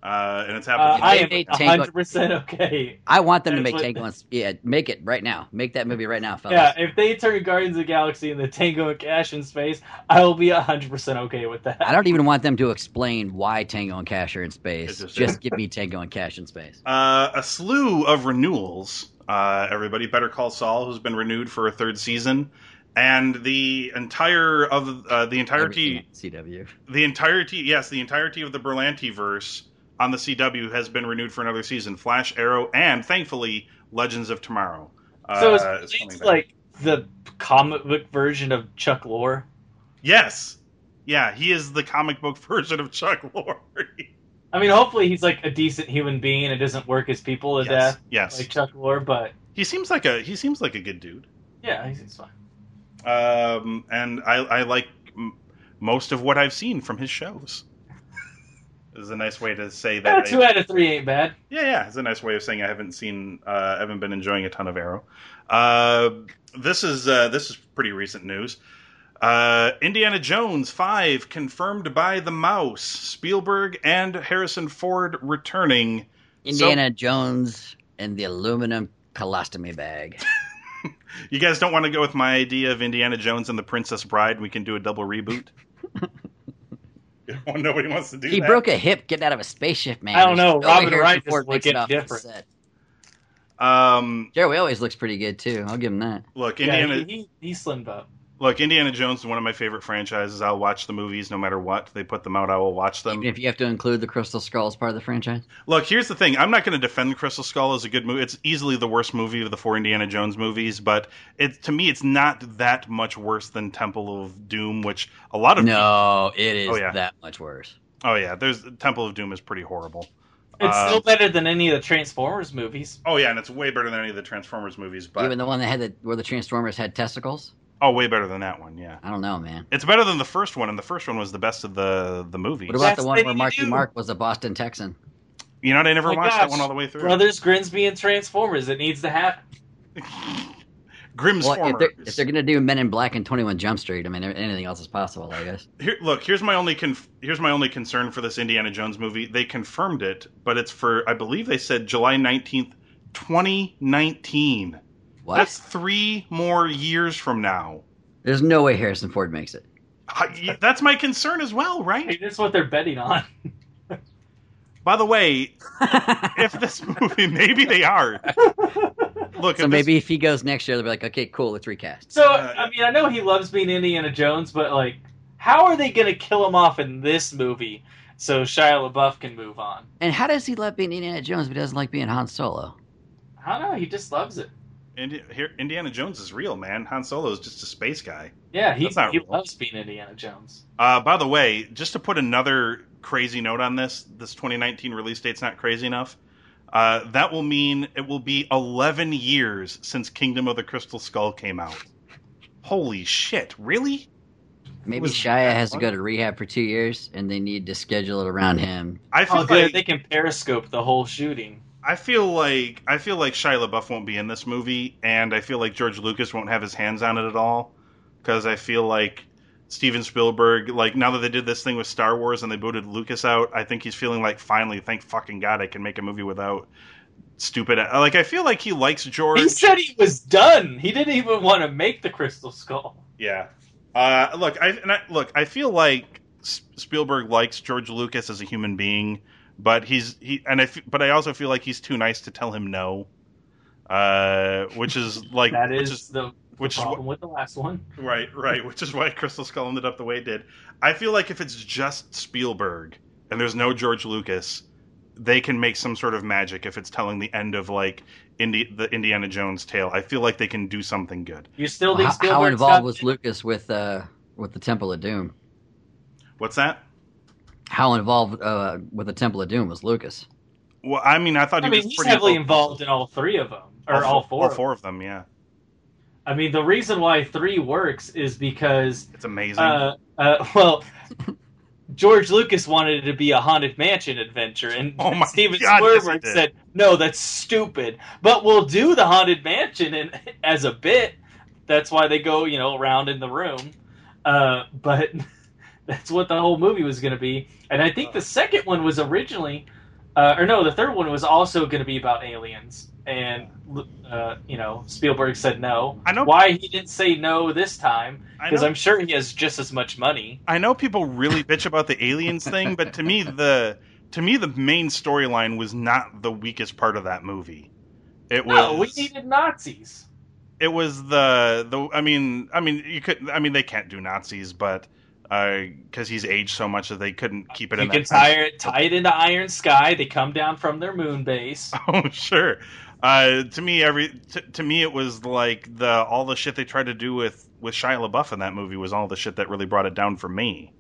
Speaker 2: uh, and it's
Speaker 4: Uh,
Speaker 2: happening.
Speaker 4: I
Speaker 3: They
Speaker 4: am
Speaker 3: made Tango-
Speaker 4: hundred percent okay.
Speaker 3: I want them to
Speaker 4: That's
Speaker 3: make
Speaker 4: what-
Speaker 3: Tango and yeah, make it right now. Make that movie right now, fellas.
Speaker 4: Yeah, if they turn Guardians of the Galaxy into Tango and Cash in space, I will be hundred percent okay with that.
Speaker 3: I don't even want them to explain why Tango and Cash are in space.
Speaker 2: It's just-
Speaker 3: Just, give me Tango and Cash in space.
Speaker 2: Uh, a slew of renewals. Uh, everybody, Better Call Saul has been renewed for a third season, and the entire of uh, the entirety
Speaker 3: Everything on CW.
Speaker 2: the entirety yes the entirety of the Berlanti verse on the CW has been renewed for another season. Flash, Arrow, and thankfully Legends of Tomorrow.
Speaker 4: so
Speaker 2: uh,
Speaker 4: it's
Speaker 2: is coming back.
Speaker 4: like the comic book version of Chuck Lore.
Speaker 2: yes, yeah, he is the comic book version of Chuck Lorre.
Speaker 4: I mean, hopefully he's like a decent human being and doesn't work his people to
Speaker 2: yes,
Speaker 4: death
Speaker 2: yes.
Speaker 4: like Chuck Lore, but
Speaker 2: he seems like a he seems like a good dude.
Speaker 4: yeah, he's, he's fine.
Speaker 2: um, and I, I like m- most of what I've seen from his shows. is a nice way to say
Speaker 4: Yeah,
Speaker 2: that. I-
Speaker 4: two out of three ain't bad.
Speaker 2: yeah, yeah, it's a nice way of saying I haven't seen, uh, I haven't been enjoying a ton of Arrow. Uh, this is uh, this is pretty recent news. Uh, Indiana Jones five confirmed by the Mouse, Spielberg and Harrison Ford returning.
Speaker 3: Indiana Jones and the aluminum colostomy bag.
Speaker 2: You guys don't want to go with my idea of Indiana Jones and the Princess Bride? We can do a double reboot. You don't want- Nobody wants to do
Speaker 3: He
Speaker 2: that.
Speaker 3: broke a hip getting out of a spaceship, man.
Speaker 4: I don't know,
Speaker 3: There's
Speaker 4: Robin
Speaker 3: way Harrison
Speaker 4: Wright just
Speaker 3: Ford
Speaker 4: looked
Speaker 3: makes it off the
Speaker 4: different.
Speaker 3: set.
Speaker 2: Um,
Speaker 3: Jerry always looks pretty good too. I'll give him that.
Speaker 2: look,
Speaker 4: Yeah,
Speaker 2: Indiana.
Speaker 4: he, he, he slimmed up.
Speaker 2: Look, Indiana Jones is one of my favorite franchises. I'll watch the movies no matter what they put them out. I will watch them.
Speaker 3: Even if you have to include the Crystal Skull as part of the franchise.
Speaker 2: Look, here's the thing. I'm not going to defend Crystal Skull as a good movie. It's easily the worst movie of the four Indiana Jones movies, but it to me it's not that much worse than Temple of Doom, which a lot of
Speaker 3: No, it is
Speaker 2: Oh, yeah.
Speaker 3: that much worse.
Speaker 2: oh yeah, there's Temple of Doom is pretty horrible.
Speaker 4: It's
Speaker 2: Uh,
Speaker 4: still better than any of the Transformers movies.
Speaker 2: Oh yeah, and it's way better than any of the Transformers movies, but
Speaker 3: Even the one that had the where the Transformers had testicles.
Speaker 2: oh, way better than that one. Yeah,
Speaker 3: I don't know, man.
Speaker 2: it's better than the first one, and the first one was the best of the the movies.
Speaker 3: What about
Speaker 4: That's
Speaker 3: the one
Speaker 4: what
Speaker 3: where
Speaker 4: you
Speaker 3: Marky
Speaker 4: do.
Speaker 3: Mark was a Boston Texan?
Speaker 2: you know, what? I never
Speaker 4: Oh My
Speaker 2: watched that
Speaker 4: gosh,
Speaker 2: one all the way through.
Speaker 4: Brothers Grimsby and Transformers. It needs to happen.
Speaker 2: Grimm's
Speaker 3: Well, if they're, if they're gonna do Men in Black and Twenty One Jump Street, I mean, anything else is possible, I guess.
Speaker 2: Here, look, here's my only conf- here's my only concern for this Indiana Jones movie. They confirmed it, but it's for I believe they said July nineteenth, twenty nineteen.
Speaker 3: What?
Speaker 2: That's three more years from now.
Speaker 3: There's no way Harrison Ford makes it.
Speaker 2: I- that's my concern as well,
Speaker 4: I mean,
Speaker 2: right?
Speaker 4: that's what they're betting on.
Speaker 2: By the way, if this movie, maybe they are. Look,
Speaker 3: so
Speaker 2: if this-
Speaker 3: maybe if he goes next year, they'll be like, okay, cool, let's recast.
Speaker 4: So
Speaker 2: Uh,
Speaker 4: I mean, I know he loves being Indiana Jones, but like, how are they going to kill him off in this movie so Shia LaBeouf can move on?
Speaker 3: And how does he love being Indiana Jones but doesn't like being Han Solo?
Speaker 4: I don't know. He just loves it.
Speaker 2: Indi- here, Indiana Jones is real, man. Han Solo is just a space guy.
Speaker 4: Yeah, he,
Speaker 2: That's not
Speaker 4: he
Speaker 2: real.
Speaker 4: loves being Indiana Jones.
Speaker 2: Uh, by the way, just to put another crazy note on this, this 2019 release date's not crazy enough. Uh, that will mean it will be 11 years since Kingdom of the Crystal Skull came out. Holy shit! Really?
Speaker 3: Maybe
Speaker 2: Was
Speaker 3: Shia
Speaker 2: that
Speaker 3: has to
Speaker 2: one?
Speaker 3: go to rehab for two years, and they need to schedule it around him.
Speaker 2: I feel
Speaker 4: Oh, they,
Speaker 2: like
Speaker 4: they can periscope the whole shooting.
Speaker 2: I feel like I feel like Shia LaBeouf won't be in this movie, and I feel like George Lucas won't have his hands on it at all because I feel like Steven Spielberg, like now that they did this thing with Star Wars and they booted Lucas out, I think he's feeling like finally, thank fucking god, I can make a movie without stupid. Like I feel like he likes George.
Speaker 4: He said he was done. He didn't even want to make the crystal skull.
Speaker 2: Yeah. Uh, look, I, and I look. I feel like S- Spielberg likes George Lucas as a human being, but he's he and I. f- But I also feel like he's too nice to tell him no, uh, which is like
Speaker 4: that
Speaker 2: which
Speaker 4: is, the, the
Speaker 2: which is
Speaker 4: problem with the last one.
Speaker 2: wh- right, right. Which is why Crystal Skull ended up the way it did. I feel like if it's just Spielberg and there's no George Lucas, they can make some sort of magic if it's telling the end of like Indi- the Indiana Jones tale. I feel like they can do something good.
Speaker 4: You still
Speaker 3: Well,
Speaker 4: think
Speaker 3: how, how
Speaker 4: Spielberg's
Speaker 3: involved
Speaker 4: got-
Speaker 3: was Lucas with uh, with the Temple of Doom?
Speaker 2: What's that?
Speaker 3: How involved uh, with the Temple of Doom was Lucas?
Speaker 2: Well, I mean, I thought
Speaker 4: I
Speaker 2: he
Speaker 4: mean,
Speaker 2: was
Speaker 4: he's
Speaker 2: pretty
Speaker 4: heavily
Speaker 2: vocal.
Speaker 4: involved in all three of them, or all,
Speaker 2: f-
Speaker 4: four.
Speaker 2: All
Speaker 4: of
Speaker 2: four of them, yeah.
Speaker 4: them. I mean, the reason why three works is because,
Speaker 2: It's amazing.
Speaker 4: uh, uh, well, George Lucas wanted it to be a haunted mansion adventure, and
Speaker 2: Oh my
Speaker 4: Steven
Speaker 2: God, yes, he
Speaker 4: Spielberg
Speaker 2: did.
Speaker 4: said, "No, that's stupid, but we'll do the haunted mansion and, as a bit." That's why they go, you know, around in the room. Uh, but that's what the whole movie was going to be, and I
Speaker 2: Uh.
Speaker 4: think the second one was originally, uh, or no, the third one was also going to be about aliens, and uh, you know, Spielberg said no.
Speaker 2: I know-
Speaker 4: why he didn't say no this time
Speaker 2: I,
Speaker 4: because
Speaker 2: know,
Speaker 4: I'm sure he has just as much money.
Speaker 2: I know people really bitch about the aliens thing, but to me the to me the main storyline was not the weakest part of that movie. It was
Speaker 4: No, we needed Nazis.
Speaker 2: it was the the I mean I mean you could I mean they can't do Nazis, but because he's aged so much that they couldn't keep it
Speaker 4: you
Speaker 2: in
Speaker 4: can
Speaker 2: that
Speaker 4: tie it, tie it into Iron Sky. They come down from their moon base.
Speaker 2: Oh sure. Uh, to me, every to, to me it was like the all the shit they tried to do with with Shia LaBeouf in that movie was all the shit that really brought it down for me.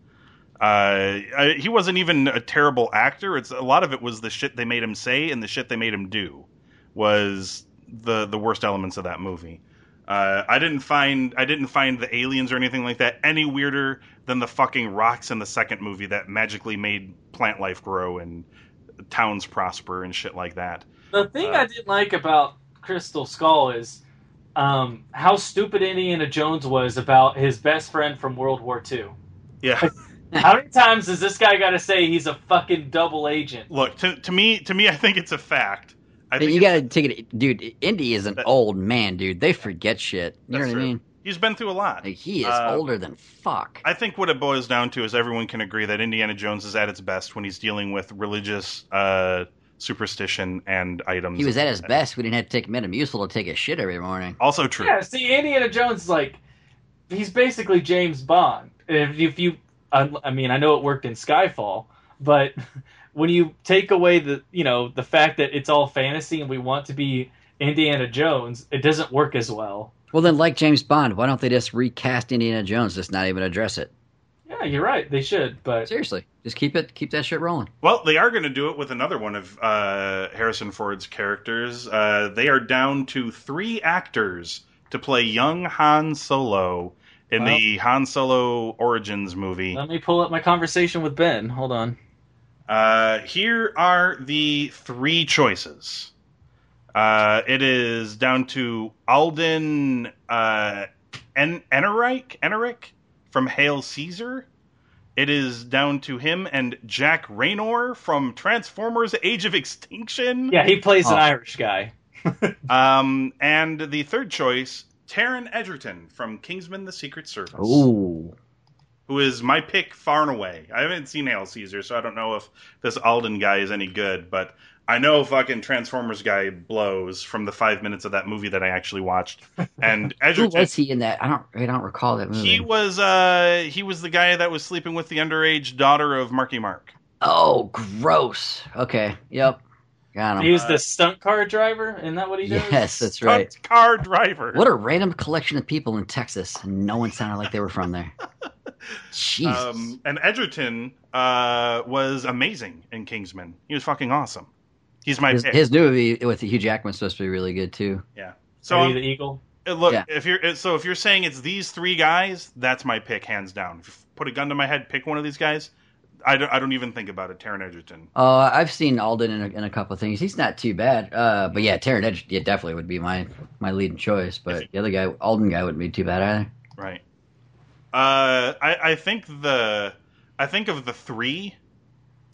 Speaker 2: Uh, I, he wasn't even a terrible actor. It's a lot of it was the shit they made him say and the shit they made him do was the the worst elements of that movie. Uh, I didn't find I didn't find the aliens or anything like that any weirder than the fucking rocks in the second movie that magically made plant life grow and towns prosper and shit like that.
Speaker 4: The thing
Speaker 2: Uh.
Speaker 4: I didn't like about Crystal Skull is um, how stupid Indiana Jones was about his best friend from World War II.
Speaker 2: Yeah.
Speaker 4: How many times has this guy got to say he's a fucking double agent?
Speaker 2: Look, to, to me to me I think it's a fact. I think
Speaker 3: you
Speaker 2: it's-
Speaker 3: gotta take it, dude. Indy is an
Speaker 2: That-
Speaker 3: old man, dude. They forget shit. You know
Speaker 2: That's
Speaker 3: what I
Speaker 2: true.
Speaker 3: mean?
Speaker 2: he's been through a lot.
Speaker 3: Like, he is
Speaker 2: Uh,
Speaker 3: older than fuck.
Speaker 2: I think what it boils down to is everyone can agree that Indiana Jones is at its best when he's dealing with religious uh, superstition and items.
Speaker 3: he was at his best. We didn't have to take Metamucil to take a shit every morning.
Speaker 2: Also true.
Speaker 4: Yeah, see, Indiana Jones is like he's basically James Bond. If, if you, I, I mean, I know it worked in Skyfall, but when you take away the, you know, the fact that it's all fantasy and we want to be Indiana Jones, it doesn't work as well.
Speaker 3: Well, then, like James Bond, why don't they just recast Indiana Jones? Just not even address it.
Speaker 4: Yeah, you're right. They should, but
Speaker 3: Seriously, just keep it, keep that shit rolling.
Speaker 2: Well, they are going to do it with another one of uh, Harrison Ford's characters. Uh, they are down to three actors to play young Han Solo in
Speaker 4: Well-
Speaker 2: the Han Solo Origins movie.
Speaker 4: let me pull up my conversation with Ben. Hold on.
Speaker 2: Uh, here are the three choices. Uh, it is down to Alden uh, en- Eneric, Eneric from Hail Caesar. It is down to him and Jack Raynor from Transformers Age of Extinction.
Speaker 4: Yeah, he plays
Speaker 3: Oh.
Speaker 4: an Irish guy.
Speaker 2: Um, and the third choice, Taryn Edgerton from Kingsman The Secret Service
Speaker 3: Ooh,
Speaker 2: who is my pick far and away. I haven't seen Hail Caesar, so I don't know if this Alden guy is any good, but I know fucking Transformers guy blows from the five minutes of that movie that I actually watched. And
Speaker 3: who
Speaker 2: Edgerton,
Speaker 3: was he Hmm. in that? I don't, I don't recall that movie.
Speaker 2: he was uh he was the guy that was sleeping with the underage daughter of Marky Mark.
Speaker 3: oh, gross. Okay, yep, got him.
Speaker 4: He was the stunt car driver. Isn't that what he does?
Speaker 3: Uh, Yes, that's
Speaker 2: Stunt
Speaker 3: right.
Speaker 2: car driver.
Speaker 3: What a random collection of people in Texas. No one sounded like they were from there. Jesus.
Speaker 2: um, and Edgerton uh, was amazing in Kingsman. He was fucking awesome. He's my
Speaker 3: his,
Speaker 2: pick.
Speaker 3: his new movie with Hugh Jackman's supposed to be really good too.
Speaker 2: yeah. So
Speaker 4: So
Speaker 2: I'm-
Speaker 4: the eagle.
Speaker 2: Uh, Look,
Speaker 3: Yeah.
Speaker 2: if you're so if you're saying it's these three guys, that's my pick hands down. If you put a gun to my head, pick one of these guys. I don't, I don't even think about it. Taron Egerton.
Speaker 3: Uh, I've seen Alden in a, in a couple of things. He's not too bad. Uh, but yeah, Taron Edge, yeah, definitely would be my my leading choice. But the other guy, Alden guy, wouldn't be too bad either.
Speaker 2: Right. Uh, I, I think the I think of the three,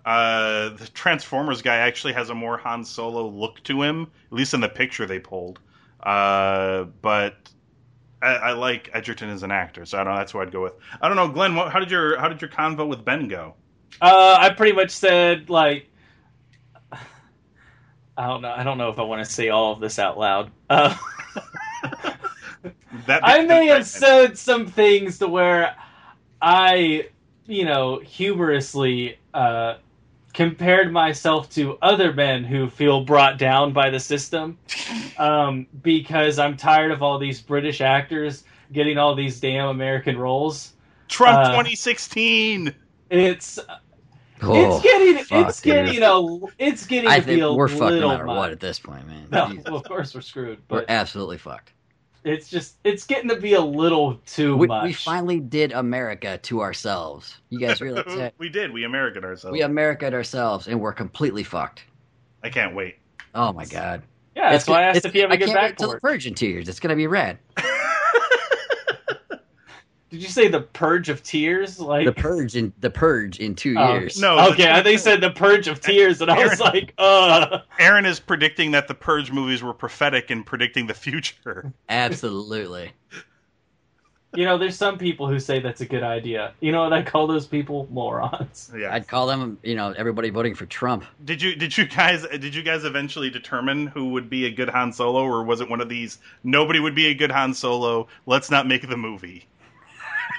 Speaker 2: uh, the Transformers guy actually has a more Han Solo look to him, at least in the picture they pulled. Uh, but I, I like Edgerton as an actor, so I don't. That's who I'd go with. I don't know, Glenn. What, how did your how did your convo with Ben go?
Speaker 4: Uh, I pretty much said like, I don't know. I don't know if I want to say all of this out loud. Uh,
Speaker 2: That
Speaker 4: I may have
Speaker 2: that-
Speaker 4: said some things to where I, you know, humorously uh, compared myself to other men who feel brought down by the system um, because I'm tired of all these British actors getting all these damn American roles.
Speaker 2: Trump
Speaker 4: uh,
Speaker 2: 2016.
Speaker 4: It's
Speaker 3: Oh,
Speaker 4: it's getting
Speaker 3: fuck,
Speaker 4: it's
Speaker 3: dude.
Speaker 4: getting a it's getting
Speaker 3: I
Speaker 4: to be
Speaker 3: think
Speaker 4: a
Speaker 3: we're fucked no
Speaker 4: little
Speaker 3: matter what
Speaker 4: much.
Speaker 3: at this point, man.
Speaker 4: No,
Speaker 3: Jesus.
Speaker 4: well, of course we're screwed,
Speaker 3: We're
Speaker 4: but
Speaker 3: absolutely fucked.
Speaker 4: it's just it's getting to be a little too
Speaker 3: We,
Speaker 4: much.
Speaker 3: we finally did America to ourselves. You guys realize that?
Speaker 2: we did. We American ourselves.
Speaker 3: We Americaed ourselves, and we're completely fucked.
Speaker 2: I can't wait.
Speaker 3: Oh my god!
Speaker 4: yeah, that's
Speaker 3: It's-
Speaker 4: why I asked
Speaker 3: it's-
Speaker 4: if you have a
Speaker 3: I
Speaker 4: good
Speaker 3: can't wait
Speaker 4: back
Speaker 3: till
Speaker 4: for
Speaker 3: the
Speaker 4: it.
Speaker 3: Purge in two years. It's gonna be rad.
Speaker 4: Did you say the purge of tears? Like
Speaker 3: The Purge in the Purge in two
Speaker 4: Oh,
Speaker 3: years.
Speaker 2: No.
Speaker 4: Okay, I think you said the purge of tears, and I was like, uh.
Speaker 2: Aaron is predicting that the Purge movies were prophetic in predicting the future.
Speaker 3: absolutely.
Speaker 4: You know, there's some people who say that's a good idea. You know what I call those people? Morons.
Speaker 2: Yeah.
Speaker 3: I'd call them, you know, everybody voting for Trump.
Speaker 2: Did you did you guys did you guys eventually determine who would be a good Han Solo, or was it one of these nobody would be a good Han Solo? Let's not make the movie.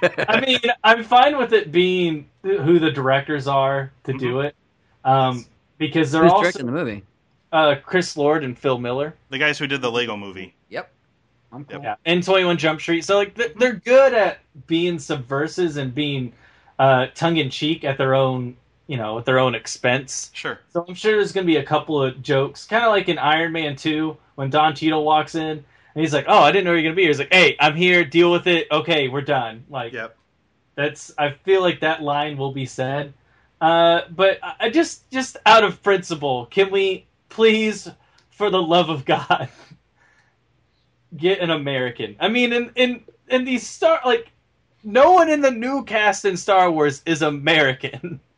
Speaker 4: I mean, I'm fine with it being who the directors are to do it, um, because they're
Speaker 3: Who's
Speaker 4: also
Speaker 3: directing the movie?
Speaker 4: uh, Chris Lord and Phil Miller.
Speaker 2: The guys who did the Lego movie.
Speaker 3: Yep. I'm cool.
Speaker 4: Yeah, and 21 Jump Street. So like th- they're good at being subversives and being uh, tongue in cheek at their own, you know, at their own expense.
Speaker 2: Sure.
Speaker 4: So I'm sure there's going to be a couple of jokes, kind of like in Iron Man 2 when Don Cheadle walks in and he's like, "Oh, I didn't know you were going to be here." He's like, "Hey, I'm here. Deal with it. Okay, we're done." Like
Speaker 2: Yep.
Speaker 4: that's I feel like that line will be said. Uh, but I I just just out of principle, can we please, for the love of God, get an American? I mean, in in in these star like no one in the new cast in Star Wars is American.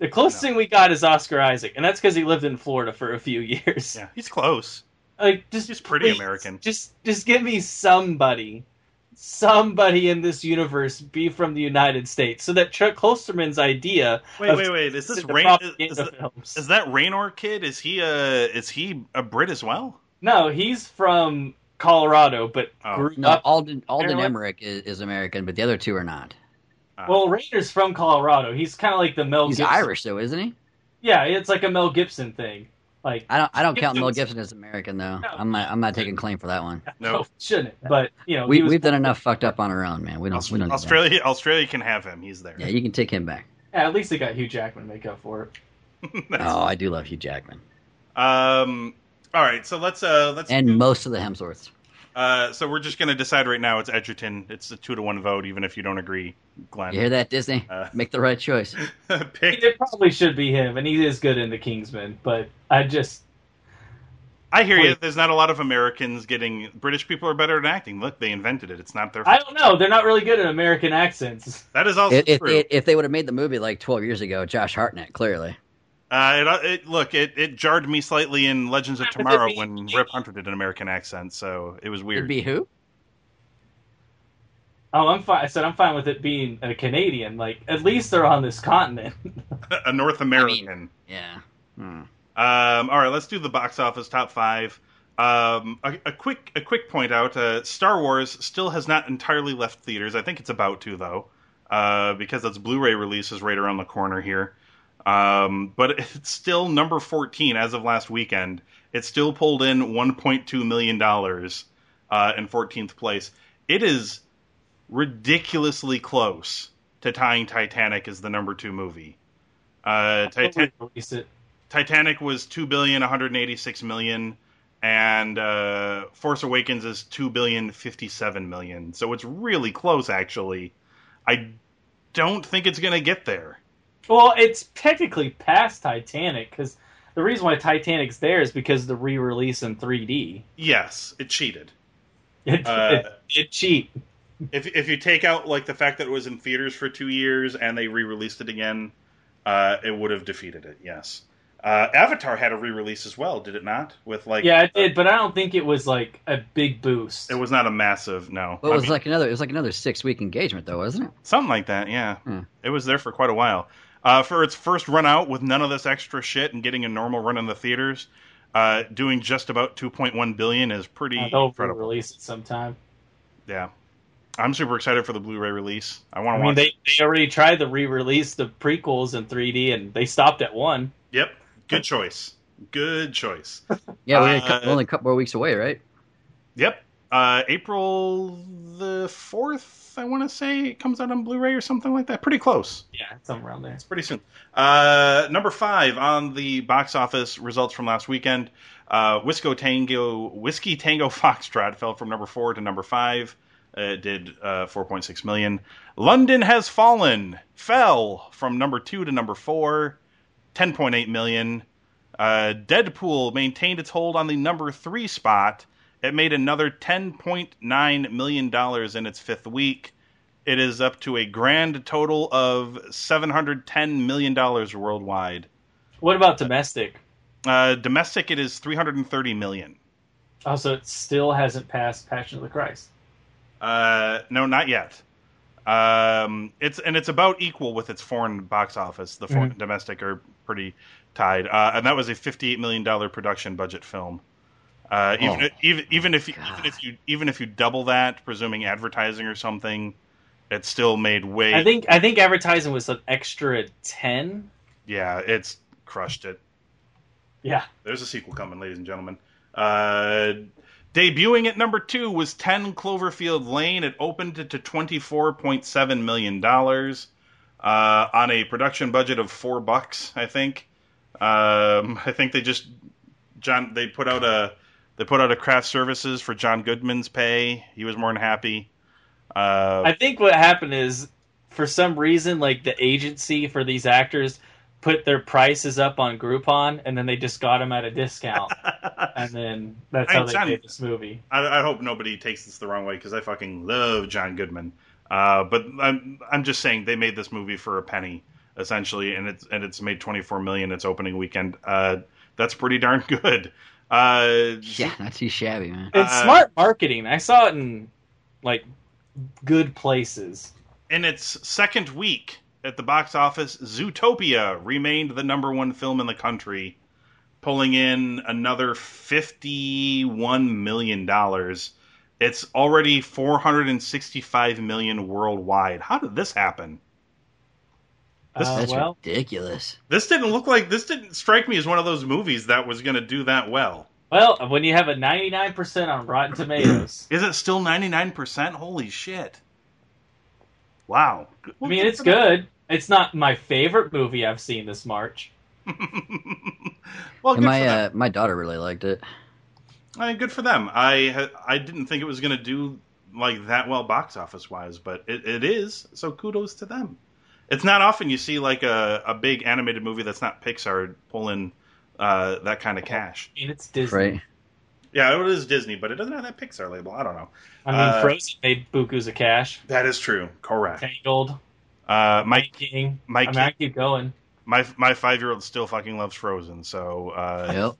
Speaker 4: The closest
Speaker 2: No.
Speaker 4: thing we got is Oscar Isaac, and that's because he lived in Florida for a few years.
Speaker 2: Yeah. He's close.
Speaker 4: Like just
Speaker 2: He's pretty
Speaker 4: please,
Speaker 2: American.
Speaker 4: Just just give me somebody, somebody in this universe be from the United States, so that Chuck Klosterman's idea.
Speaker 2: Wait,
Speaker 4: of
Speaker 2: wait, wait. Is this
Speaker 4: the
Speaker 2: Rain? Is,
Speaker 4: propaganda
Speaker 2: is,
Speaker 4: films.
Speaker 2: is that Raynor kid? Is he a is he a Brit as well?
Speaker 4: no, he's from Colorado, but
Speaker 2: Oh.
Speaker 4: grew
Speaker 3: No,
Speaker 4: up.
Speaker 3: Alden Alden
Speaker 4: Apparently-
Speaker 3: Emmerich is, is American, but the other two are not.
Speaker 2: Uh,
Speaker 4: Well, Rainer's from Colorado. He's kind of like the Mel.
Speaker 3: He's
Speaker 4: Gibson.
Speaker 3: Irish, though, isn't he?
Speaker 4: Yeah, it's like a Mel Gibson thing. Like
Speaker 3: I don't. I don't count Mel
Speaker 4: Gibson's-
Speaker 3: Gibson as American, though.
Speaker 4: No.
Speaker 3: I'm not. I'm not taking claim for that one.
Speaker 2: no.
Speaker 4: oh, shouldn't, but you know,
Speaker 3: We
Speaker 4: he was
Speaker 3: we've done enough fucked up on our own, man. We don't. Oh, we don't. need that.
Speaker 2: Australia Australia can have him. He's there.
Speaker 3: Yeah, you can take him back.
Speaker 4: Yeah, at least they got Hugh Jackman to make up for it.
Speaker 2: That's-
Speaker 3: Oh, I do love Hugh Jackman
Speaker 2: um. All right. So let's uh let's
Speaker 3: and most of the Hemsworths.
Speaker 2: Uh, so we're just going to decide right now it's Edgerton. It's a two to one vote, even if you don't agree, Glenn.
Speaker 3: You hear that, Disney?
Speaker 2: Uh.
Speaker 3: Make the right choice.
Speaker 2: Pick.
Speaker 4: It probably should be him, and he is good in The Kingsman. But I just
Speaker 2: I hear you. There's not a lot of Americans getting. British people are better at acting. Look, they invented it. It's not their.
Speaker 4: I
Speaker 2: fault.
Speaker 4: don't know. They're not really good at American accents.
Speaker 2: That is also
Speaker 3: If, if,
Speaker 2: Oh, true.
Speaker 3: if they would have made the movie like 12 years ago, Josh Hartnett clearly.
Speaker 2: uh, it, it, look, it, it jarred me slightly in Legends of
Speaker 4: Yeah, but
Speaker 2: Tomorrow
Speaker 4: it'd be-
Speaker 2: when Rip Hunter did an American accent, so it was
Speaker 3: It'd
Speaker 2: weird.
Speaker 3: be who?
Speaker 4: Oh, I'm fine. I said I'm fine with it being a Canadian. Like at least they're on this continent.
Speaker 2: a North American.
Speaker 3: Yeah. Hmm.
Speaker 2: Um, all right, let's do the box office top five. Um, a, a quick a quick point out: uh, Star Wars still has not entirely left theaters. I think it's about to though, uh, because its Blu-ray release is right around the corner here. Um, but it's still number fourteen as of last weekend. It still pulled in one point two million dollars uh, in fourteenth place. It is ridiculously close to tying Titanic as the number two movie. Uh, Titan-
Speaker 4: Release it.
Speaker 2: Titanic was two billion, one hundred eighty-six million. and uh, Force Awakens is two billion fifty-seven million. So it's really close, actually. I don't think it's gonna get there.
Speaker 4: Well, it's technically past Titanic because the reason why Titanic's there is because of the re-release in 3D.
Speaker 2: Yes, it cheated.
Speaker 4: It,
Speaker 2: Uh,
Speaker 4: it, it cheat.
Speaker 2: if if you take out like the fact that it was in theaters for two years and they re-released it again, uh, it would have defeated it. Yes, uh, Avatar had a re-release as well, did it not? With like, uh,
Speaker 4: yeah, it did, but I don't think it was like a big boost.
Speaker 2: it was not a massive no.
Speaker 3: Well,
Speaker 2: I
Speaker 3: it was
Speaker 2: mean,
Speaker 3: like another. It was like another six week engagement, though, wasn't it?
Speaker 2: something like that. Yeah,
Speaker 3: Hmm.
Speaker 2: it was there for quite a while. Uh, for its first run out with none of this extra shit and getting a normal run in the theaters, uh, doing just about 2.1 billion is pretty
Speaker 4: Uh, They'll
Speaker 2: incredible.
Speaker 4: re-release it sometime.
Speaker 2: Yeah, I'm super excited for the Blu-ray release. I want
Speaker 4: I
Speaker 2: to
Speaker 4: mean,
Speaker 2: watch.
Speaker 4: they, they already tried to re-release the prequels in 3D, and they stopped at one.
Speaker 2: Yep, good choice. Good choice.
Speaker 3: Yeah, we're, only a
Speaker 2: Uh,
Speaker 3: cou- we're only a couple more weeks away, right?
Speaker 2: Yep. Uh, April the 4th, I want to say it comes out on Blu ray or something like that. Pretty close.
Speaker 4: Yeah, somewhere around there.
Speaker 2: It's pretty soon. Uh, number five on the box office results from last weekend uh, Whisko Tango, Whiskey Tango Foxtrot fell from number four to number five. Uh, It did uh, 4.6 million. London Has Fallen fell from number two to number four, 10.8 million. Uh, Deadpool maintained its hold on the number three spot. It made another $10.9 million in its fifth week. It is up to a grand total of $710 million worldwide.
Speaker 4: What about domestic?
Speaker 2: Uh, domestic, it is $330 million.
Speaker 4: Also, it still hasn't passed Passion of the Christ.
Speaker 2: Uh, no, not yet. Um, it's and it's about equal with its foreign box office. The foreign domestic are pretty tied, uh, and that was a fifty-eight million dollar production budget film. Uh, even,
Speaker 3: Oh,
Speaker 2: even even if you,
Speaker 3: God.
Speaker 2: even if you even if you double that, presuming advertising or something, it still made way.
Speaker 4: I think I think advertising was an extra ten.
Speaker 2: yeah, it's crushed it.
Speaker 4: Yeah,
Speaker 2: There's a sequel coming, ladies and gentlemen. Uh, debuting at number two was 10 Cloverfield Lane. It opened it to $24.7 million uh, on a production budget of four bucks, I think. Um, I think they just John they put out a they put out a craft services for John Goodman's pay. He was more than happy. Uh,
Speaker 4: I think what happened is for some reason, like the agency for these actors put their prices up on Groupon, and then they just got them at a discount, and then that's how
Speaker 2: I'm
Speaker 4: they
Speaker 2: telling
Speaker 4: did
Speaker 2: you.
Speaker 4: this movie.
Speaker 2: I, I hope nobody takes this the wrong way because I fucking love John Goodman. Uh, but I'm I'm just saying they made this movie for a penny essentially, and it's and it's made 24 million its opening weekend. Uh, that's pretty darn good. Uh,
Speaker 3: Yeah, not too shabby, man.
Speaker 4: It's
Speaker 2: Uh,
Speaker 4: smart marketing. I saw it in like good places.
Speaker 2: In its second week at the box office, Zootopia remained the number one film in the country, pulling in another fifty-one million dollars. It's already four hundred and sixty-five million worldwide. How did this happen? This-
Speaker 4: Uh,
Speaker 3: That's
Speaker 4: well,
Speaker 3: ridiculous.
Speaker 2: This didn't look like this didn't strike me as one of those movies that was going to do that well.
Speaker 4: well, when you have a ninety nine percent on Rotten Tomatoes,
Speaker 2: Is it still 99%? Holy shit. Wow.
Speaker 4: I mean it's good. It's not my favorite movie I've seen this March.
Speaker 2: well, good for
Speaker 3: And my
Speaker 2: them.
Speaker 3: uh, my daughter really liked it.
Speaker 2: I mean, good for them. I ha- I didn't think it was going to do like that well box office wise, but it, it is. So kudos to them. It's not often you see like a, a big animated movie that's not Pixar pulling uh, that kind of cash.
Speaker 4: I mean it's Disney.
Speaker 3: Right?
Speaker 2: Yeah, it is Disney, but it doesn't have that Pixar label. I don't know.
Speaker 4: I mean
Speaker 2: Uh,
Speaker 4: Frozen made Buku's a cash.
Speaker 2: That is true. Correct.
Speaker 4: Tangled,
Speaker 2: Uh, my
Speaker 4: Mike King.
Speaker 2: my
Speaker 4: I mean I keep going.
Speaker 2: my my five year old still fucking loves Frozen. So uh,
Speaker 3: Yep.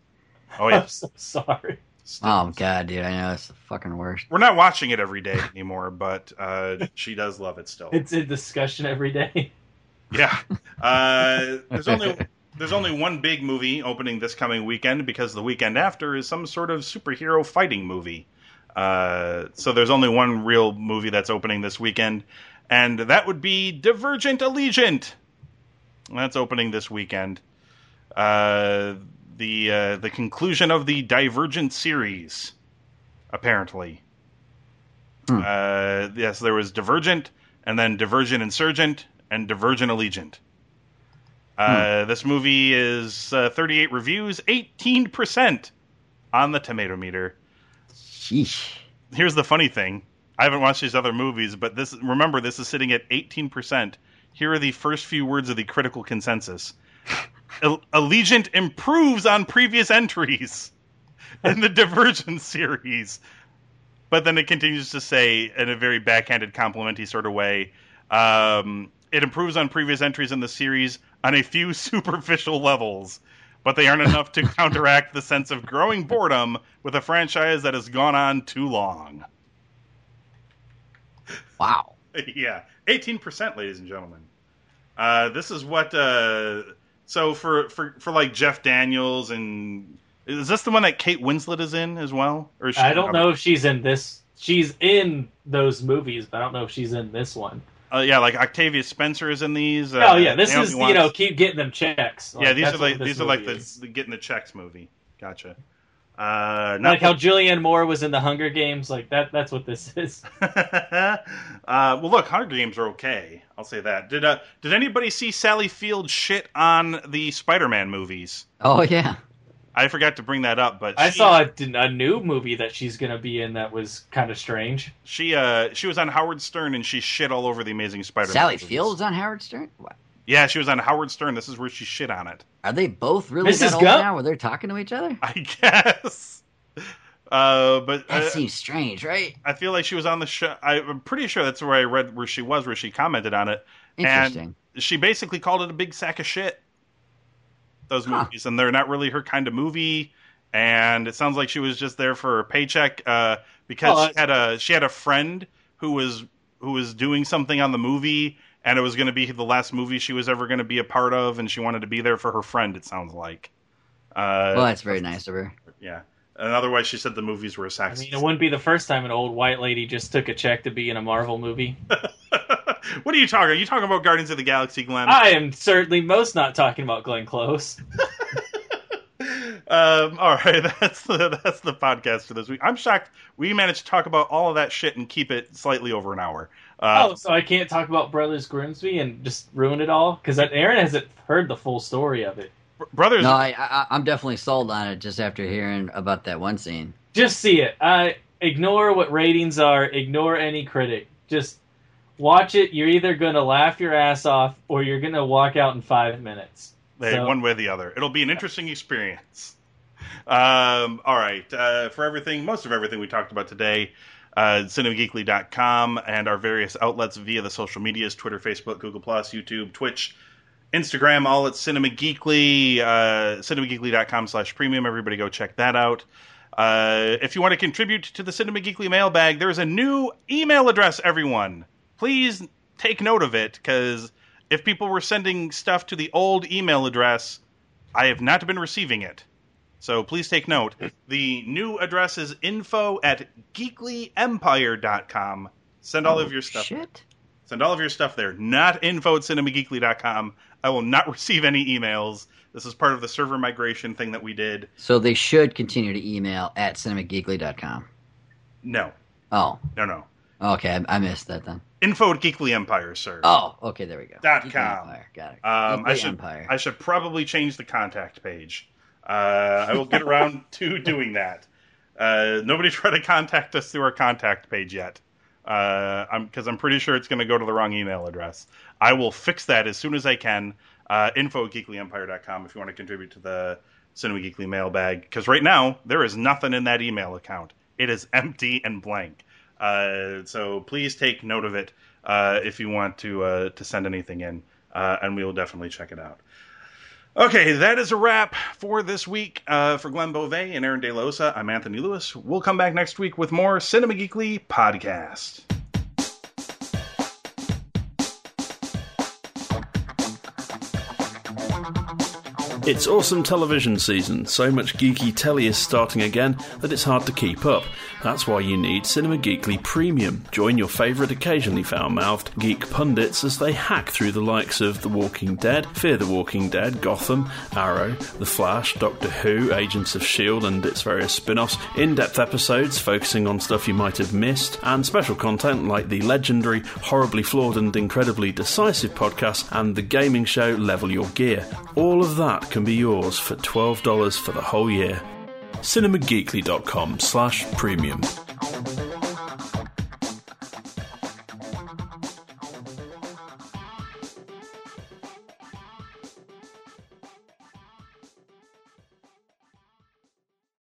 Speaker 2: oh yeah,
Speaker 4: I'm so sorry.
Speaker 2: Still-
Speaker 3: Oh god, dude, I know it's the fucking worst.
Speaker 2: we're not watching it every day anymore, but uh, she does love it still.
Speaker 4: It's in discussion every day.
Speaker 2: Yeah, uh, there's only there's only one big movie opening this coming weekend because the weekend after is some sort of superhero fighting movie. Uh, so there's only one real movie that's opening this weekend, and that would be Divergent Allegiant. That's opening this weekend. Uh, the uh, the conclusion of the Divergent series, apparently.
Speaker 3: Hmm.
Speaker 2: Uh, yes, there was Divergent, and then Divergent Insurgent, and Divergent Allegiant. Uh, This movie is uh, 38 reviews, 18% on the tomato meter.
Speaker 3: Sheesh.
Speaker 2: Here's the funny thing. I haven't watched these other movies, but this remember this is sitting at 18%. Here are the first few words of the critical consensus. Al- Allegiant improves on previous entries in the Divergent series. But then it continues to say, in a very backhanded, complimenty sort of way, um, it improves on previous entries in the series on a few superficial levels, but they aren't enough to counteract the sense of growing boredom with a franchise that has gone on too long.
Speaker 3: Wow.
Speaker 2: yeah, eighteen percent, ladies and gentlemen. Uh, this is what. Uh, so for for for like Jeff Daniels and is this the one that Kate Winslet is in as well? Or is she
Speaker 4: I don't know if she's in this. She's in those movies, but I don't know if she's in this one.
Speaker 2: Uh, yeah, like Octavia Spencer is in these. Uh,
Speaker 4: Oh yeah, this
Speaker 2: Naomi
Speaker 4: is you
Speaker 2: Watts.
Speaker 4: know keep getting them checks. Like,
Speaker 2: yeah, these
Speaker 4: that's
Speaker 2: are
Speaker 4: what
Speaker 2: like
Speaker 4: this
Speaker 2: these are like
Speaker 4: movie
Speaker 2: the,
Speaker 4: is.
Speaker 2: the getting the checks movie. Gotcha. Uh, not
Speaker 4: like how Julianne Moore was in the Hunger Games. Like that. That's what this is.
Speaker 2: uh, well, look, Hunger Games are okay. I'll say that. Did uh, did anybody see Sally Field shit on the Spider-Man movies?
Speaker 3: Oh yeah.
Speaker 2: I forgot to bring that up, but
Speaker 4: I
Speaker 2: she-
Speaker 4: saw a, a new movie that she's going to be in that was kind of strange.
Speaker 2: she uh she was on Howard Stern and she shit all over the Amazing Spider-Man.
Speaker 3: Sally
Speaker 2: movies.
Speaker 3: Fields on Howard Stern. What?
Speaker 2: Yeah, she was on Howard Stern. This is where she shit on it.
Speaker 3: Are they both really
Speaker 4: Mrs.
Speaker 3: that old
Speaker 4: Gump?
Speaker 3: now where they're talking to each other?
Speaker 2: I guess. Uh, but
Speaker 3: That
Speaker 2: uh,
Speaker 3: seems strange, right?
Speaker 2: I feel like she was on the show. I, I'm pretty sure that's where I read where she was, where she commented on it.
Speaker 3: Interesting.
Speaker 2: She basically called it a big sack of shit. Those
Speaker 3: Huh.
Speaker 2: movies, and they're not really her kind of movie. And it sounds like she was just there for a paycheck uh, because
Speaker 4: Well,
Speaker 2: she had a she had a friend who was who was doing something on the movie, and it was going to be the last movie she was ever going to be a part of, and she wanted to be there for her friend. It sounds like. Uh,
Speaker 3: well, that's very nice of her.
Speaker 2: yeah. And otherwise, she said the movies were a
Speaker 4: I
Speaker 2: sack.
Speaker 4: mean, it wouldn't be the first time an old white lady just took a check to be in a Marvel movie.
Speaker 2: what are you talking? Are you talking about Guardians of the Galaxy, Glenn?
Speaker 4: I am certainly most not talking about Glenn Close.
Speaker 2: um, all right, that's the that's the podcast for this week. I'm shocked we managed to talk about all of that shit and keep it slightly over an hour. Uh,
Speaker 4: oh, so I can't talk about Brothers Grimsby and just ruin it all because Aaron hasn't heard the full story of it.
Speaker 2: br- brothers,
Speaker 3: No, I, I, I'm definitely sold on it just after hearing about that one scene.
Speaker 4: Just see it. I ignore what ratings are. Ignore any critic. Just watch it. You're either gonna laugh your ass off or you're gonna walk out in five minutes.
Speaker 2: they-
Speaker 4: so-
Speaker 2: one way or the other. It'll be an interesting experience. Um, all right, uh, for everything, most of everything we talked about today. Uh, cinemageekly.com and our various outlets via the social medias Twitter, Facebook, Google, Plus, YouTube, Twitch, Instagram, all at Cinema Geekly, uh, cinemageekly.com slash premium. Everybody go check that out. Uh, if you want to contribute to the Cinema Geekly mailbag, there's a new email address, everyone. Please take note of it because if people were sending stuff to the old email address, I have not been receiving it. So please take note. The new address is info at geeklyempire.com. Send all
Speaker 3: Oh,
Speaker 2: of your stuff
Speaker 3: Shit.
Speaker 2: Send all of your stuff there, not info at cinemageekly.com. I will not receive any emails. This is part of the server migration thing that we did.
Speaker 3: So they should continue to email at cinemageekly.com.
Speaker 2: No,
Speaker 3: Oh,
Speaker 2: no, no.
Speaker 3: okay. I, I missed that then.
Speaker 2: Info at Geekly Empire, sir.
Speaker 3: Oh, okay. There we go.
Speaker 2: Dot
Speaker 3: Geekly
Speaker 2: com.
Speaker 3: Empire. Got it.
Speaker 2: Um, I
Speaker 3: Geekly
Speaker 2: should
Speaker 3: Empire.
Speaker 2: I should probably change the contact page. Uh, I will get around to doing that. Uh, nobody tried to contact us through our contact page yet, because I'm, 'cause I'm pretty sure it's going to go to the wrong email address. I will fix that as soon as I can. Uh, info at geeklyempire.com if you want to contribute to the Cinema Geekly mailbag, because right now there is nothing in that email account. It is empty and blank. Uh, so please take note of it uh, if you want to uh, to send anything in, uh, and we will definitely check it out. Okay, that is a wrap for this week. Uh, for Glenn Beauvais and Aaron DeLosa, I'm Anthony Lewis. We'll come back next week with more Cinema Geekly podcast.
Speaker 5: It's awesome television season. So much geeky telly is starting again that it's hard to keep up. That's why you need Cinema Geekly Premium. Join your favourite occasionally foul mouthed geek pundits as they hack through the likes of The Walking Dead, Fear the Walking Dead, Gotham, Arrow, The Flash, Doctor Who, Agents of S.H.I.E.L.D., E and its various spin offs, in depth episodes focusing on stuff you might have missed, and special content like the legendary, horribly flawed, and incredibly decisive podcast and the gaming show Level Your Gear. All of that can be yours for $12 for the whole year. cinemageekly.com slash premium.